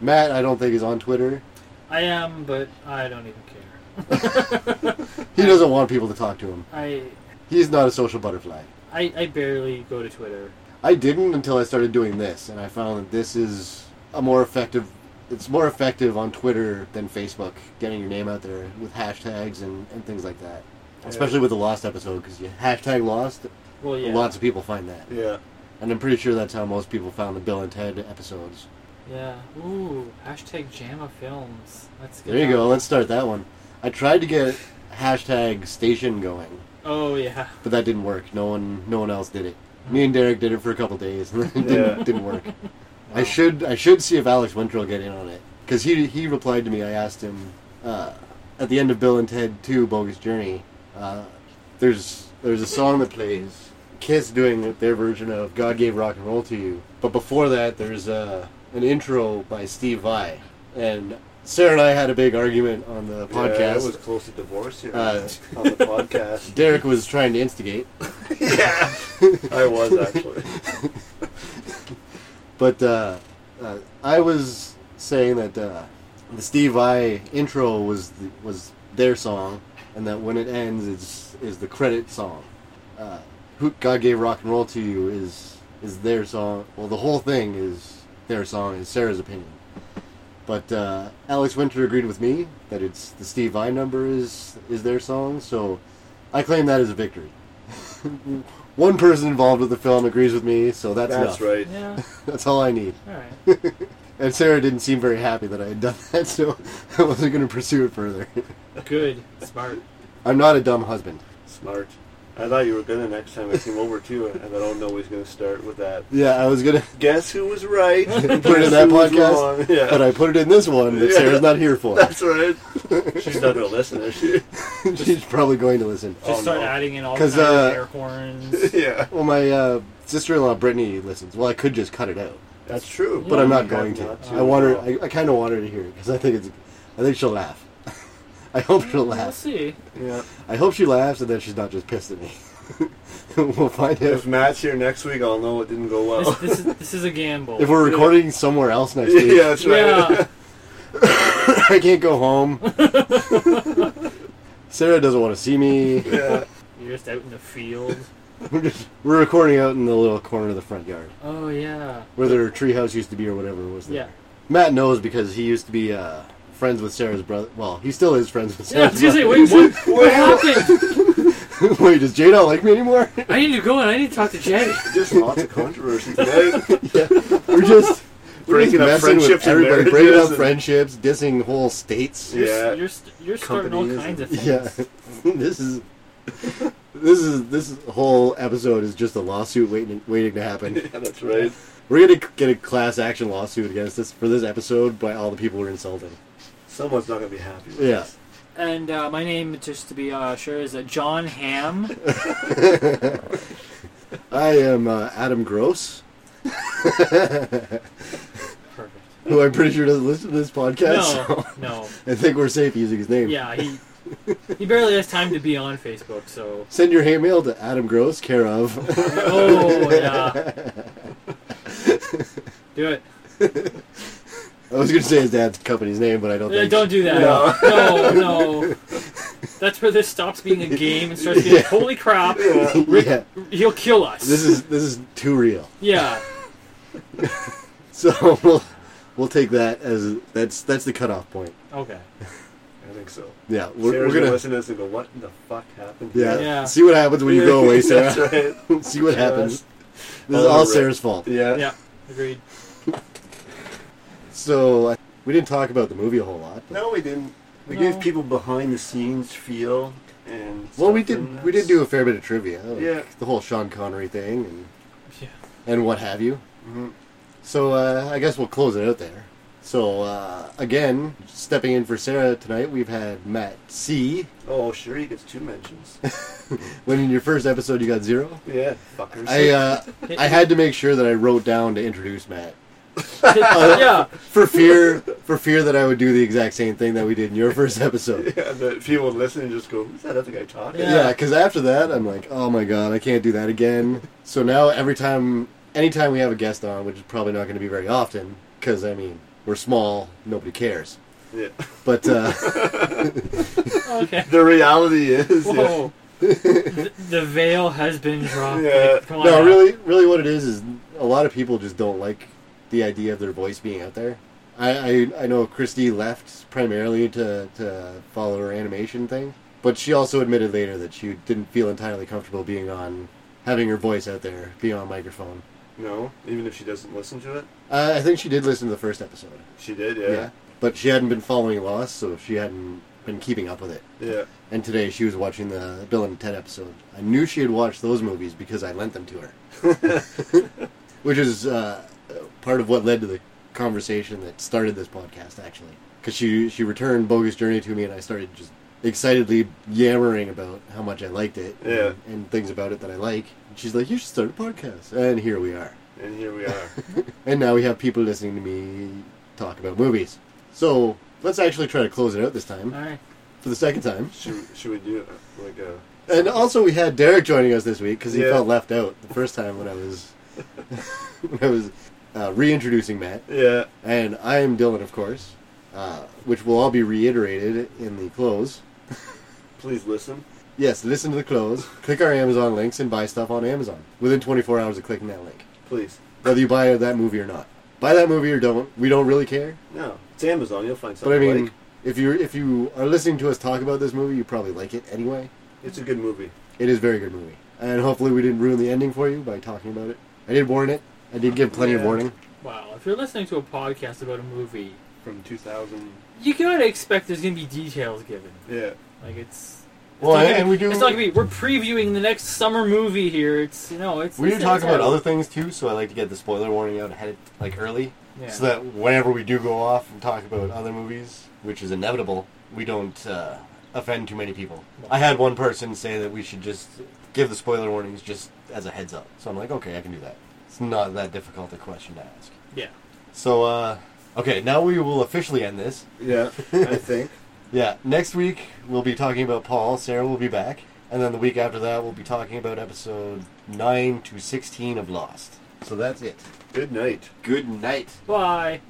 A: Matt, I don't think is on Twitter.
D: I am, but I don't even care.
A: He doesn't want people to talk to him.
D: I,
A: He's not a social butterfly.
D: I I barely go to Twitter.
A: I didn't until I started doing this, and I found that this is a more effective. It's more effective on Twitter than Facebook, getting your name out there with hashtags and, and things like that. Especially with the Lost episode, because you hashtag Lost,
D: Well, yeah.
A: lots of people find that.
C: Yeah.
A: And I'm pretty sure that's how most people found the Bill and Ted episodes.
D: Yeah. Ooh. Hashtag Jama Films. Let's get
A: There you
D: that
A: go,
D: one.
A: let's start that one. I tried to get hashtag station going,
D: Oh yeah.
A: but that didn't work. No one no one else did it. Me and Derek did it for a couple days, and it didn't,
C: Yeah.
A: didn't work. I should I should see if Alex Winter will get in on it because he he replied to me. I asked him uh, at the end of Bill and Ted Two: Bogus Journey. Uh, there's there's a song that plays Kiss doing their version of God Gave Rock and Roll to You, but before that there's uh, an intro by Steve Vai, and Sarah and I had a big argument on the podcast.
C: Yeah, it was close to divorce here
A: Uh,
C: on the podcast.
A: Derek was trying to instigate,
C: yeah. I was actually.
A: But uh, uh, I was saying that uh, the Steve I intro was the, was their song, and that when it ends, is is the credit song. Uh, Who God gave rock and roll to you is is their song. Well, the whole thing is their song. Is Sarah's opinion. But uh, Alex Winter agreed with me that it's the Steve I number is is their song, so I claim that as a victory. One person involved with the film agrees with me, so that's enough.
C: That's right.
D: Yeah.
A: That's all I need.
D: All right.
A: And Sarah didn't seem very happy that I had done that, so I wasn't going to pursue it further.
D: Good. Smart.
A: I'm not a dumb husband.
C: Smart. I thought you were gonna next time I came over too, and I don't know he's gonna start with that.
A: Yeah, I was going to
C: Guess who was right? Put
A: put it in that podcast,
C: Yeah.
A: but uh, I put it in this one that
C: Yeah.
A: Sarah's not here for.
C: That's right. She's not gonna listen, is she?
A: She's probably going to listen.
D: Just
C: Oh,
D: start
C: no.
D: adding in all
A: 'Cause,
D: kinds of
A: uh,
D: air horns.
C: yeah.
A: Well, my uh, sister-in-law Brittany listens. Well, I could just cut it out,
C: That's true.
A: but I'm not
C: You
A: going
C: have
A: to.
C: not
A: I want her. I, I kind of want her to hear it because I think it's. I think she'll laugh. I hope she'll
D: We'll
A: laugh.
D: see.
C: yeah.
A: I hope she laughs and then she's not just pissed at me. we'll find out.
C: If Matt's here next week, I'll know it didn't go well.
D: This, this is this is a gamble.
A: If we're recording somewhere else next week,
C: yeah, that's right.
D: yeah.
A: I can't go home. Sarah doesn't want to see me.
D: You're just out in the field.
A: We're, just, we're recording out in the little corner of the front yard
D: Oh yeah.
A: where their treehouse used to be, or whatever it was. There.
D: Yeah.
A: Matt knows because he used to be uh, friends with Sarah's brother. Well, he still is friends with
D: Yeah, I
A: Sarah's
D: was gonna say,
A: brother.
D: wait, what, what happened?
A: Wait, does Jay not like me anymore?
D: I need to go and I need to talk to Jay.
C: Just lots of controversy tonight.
A: we're just we're just
C: Breaking up
A: messing with
C: friendships and
A: everybody, breaking
C: marriages
A: up
C: and-
A: friendships, dissing whole states.
D: You're,
C: Yeah.
D: you're, st- you're starting all
C: Companies
D: kinds of things.
A: Yeah, this is this is this whole episode is just a lawsuit waiting waiting to happen.
C: Yeah, that's right.
A: We're gonna get a class action lawsuit against this for this episode by all the people we're insulting.
C: Someone's not gonna be happy. With
A: Yeah.
C: This.
D: And uh, my name, just to be uh, sure, is uh, John Ham.
A: I am uh, Adam Gross,
D: Perfect.
A: who I'm pretty sure doesn't listen to this podcast.
D: No,
A: so
D: no.
A: I think we're safe using his name.
D: Yeah, he he barely has time to be on Facebook. So
A: Send your hate mail to Adam Gross, care of.
D: oh yeah, do it. Uh,
A: I was gonna say his dad's company's name, but I don't.
D: Uh,
A: think
D: Don't do that. No. no, That's where this stops being a game and starts being
A: Yeah.
D: holy crap.
A: yeah,
D: He'll kill us.
A: this is this is too real.
D: yeah.
A: So we'll we'll take that as that's that's the cutoff point.
D: Okay.
C: I think so.
A: Yeah, we're-
C: Sarah's
A: we're gonna-
C: listen to this and go, "What in the fuck happened?" here?"
A: Yeah. See what happens when you go away, Sarah.
C: That's right.
A: See what
C: Yeah,
A: happens.
C: that's
A: This is all
C: over it.
A: Sarah's fault.
C: Yeah.
D: Yeah, agreed.
A: So I- we didn't talk about the movie a whole lot.
C: No, we didn't. We
A: No.
C: gave people behind the scenes feel and.
A: Well, we
C: stuff,
A: did.
C: and
A: We did
C: that's-
A: do a fair bit of trivia. like
C: Yeah.
A: The whole Sean Connery thing and
D: Yeah.
A: and what have you.
C: Mhm.
A: So uh, I guess we'll close it out there. So uh, again, stepping in for Sarah tonight, we've had Matt C.
C: Oh, sure, he gets two mentions.
A: When in your first episode you got zero.
C: yeah, fuckers.
A: I uh, I had to make sure that I wrote down to introduce Matt.
D: yeah.
A: For fear, for fear that I would do the exact same thing that we did in your first episode.
C: Yeah, but people listen and just go, "Who's that other guy talking?"
A: Yeah, because after that, I'm like, oh my god, I can't do that again. So now every time, anytime we have a guest on, which is probably not going to be very often, because I mean, we're small, nobody cares.
C: Yeah.
A: But uh,
D: Okay.
C: The reality is, yeah.
D: Whoa. the, the veil has been dropped.
C: Yeah.
D: Like, come on
A: no,
D: now.
A: really, really, what it is is a lot of people just don't like the idea of their voice being out there. I, I, I know Christy left primarily to, to follow her animation thing, but she also admitted later that she didn't feel entirely comfortable being on, having her voice out there, being on microphone.
C: no, even if she doesn't listen to it,
A: Uh, I think she did listen to the first episode.
C: she did. Yeah,
A: But she hadn't been following Lost, so she hadn't been keeping up with it.
C: yeah.
A: And today she was watching the Bill and Ted episode. I knew she had watched those movies because I lent them to her. Which is uh, part of what led to the conversation that started this podcast, actually. Because she, she returned Bogus Journey to me, and I started just excitedly yammering about how much I liked it
C: Yeah.
A: and, and things about it that I like. And she's like, You should start a podcast. And here we are.
C: And here we are.
A: And now we have people listening to me talk about movies. So let's actually try to close it out this time
D: All right.
A: for the second time.
C: should, should we do uh, like a?
A: And also, we had Derek joining us this week because he
C: Yeah.
A: felt left out the first time when I was when I was uh, reintroducing Matt.
C: Yeah,
A: And I am Dylan, of course, uh, which will all be reiterated in the close.
C: please listen.
A: Yes, listen to the close. click our Amazon links and buy stuff on Amazon within 24 hours of clicking that link,
C: Please.
A: whether you buy that movie or not. Buy that movie or don't. We don't really care.
C: No, it's Amazon. You'll find
A: But I
C: something.
A: mean,
C: like.
A: if you if you are listening to us talk about this movie, you probably like it anyway.
C: it's a good movie.
A: It is a very good movie, and hopefully we didn't ruin the ending for you by talking about it. I did warn it. I did give plenty of
C: Yeah.
A: warning.
D: Wow. If you're listening to a podcast about a movie,
C: From 2000.
D: you gotta expect there's gonna be details given.
C: Yeah.
D: Like it's. it's
A: Well,
D: not
A: and-
D: gonna-
A: and we do-
D: It's not gonna be. We're previewing the next summer movie here. It's you know. It's.
A: We do
D: it's-
A: talk
D: it's
A: about
D: hard.
A: other things too, so I like to get the spoiler warning out ahead, like early,
D: Yeah.
A: so that whenever we do go off and talk about other movies, which is inevitable, we don't uh, offend too many people. I had one person say that we should just give the spoiler warnings just as a heads up. So I'm like, okay, I can do that. It's not that difficult a question to ask.
D: Yeah.
A: So, uh, okay, now we will officially end this.
C: Yeah, I think.
A: Yeah, next week we'll be talking about Paul. Sarah will be back. And then the week after that, we'll be talking about episode 9 to 16 of Lost. So that's it.
C: Good night.
A: Good night.
D: Bye.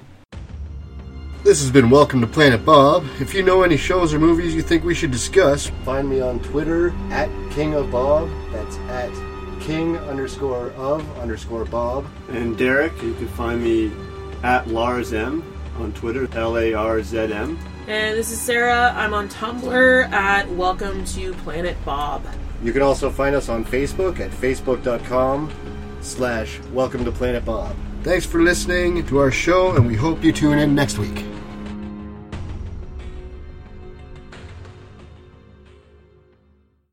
A: This has been Welcome to Planet Bob. If you know any shows or movies you think we should discuss, find me on Twitter at King of Bob. That's at King underscore of underscore Bob.
C: And Derek, you can find me at Lars M on Twitter, L A R Z M.
K: And this is Sarah. I'm on Tumblr at Welcome to Planet Bob.
A: You can also find us on Facebook at facebook.com slash welcome to Planet Bob. Thanks for listening to our show, and we hope you tune in next week.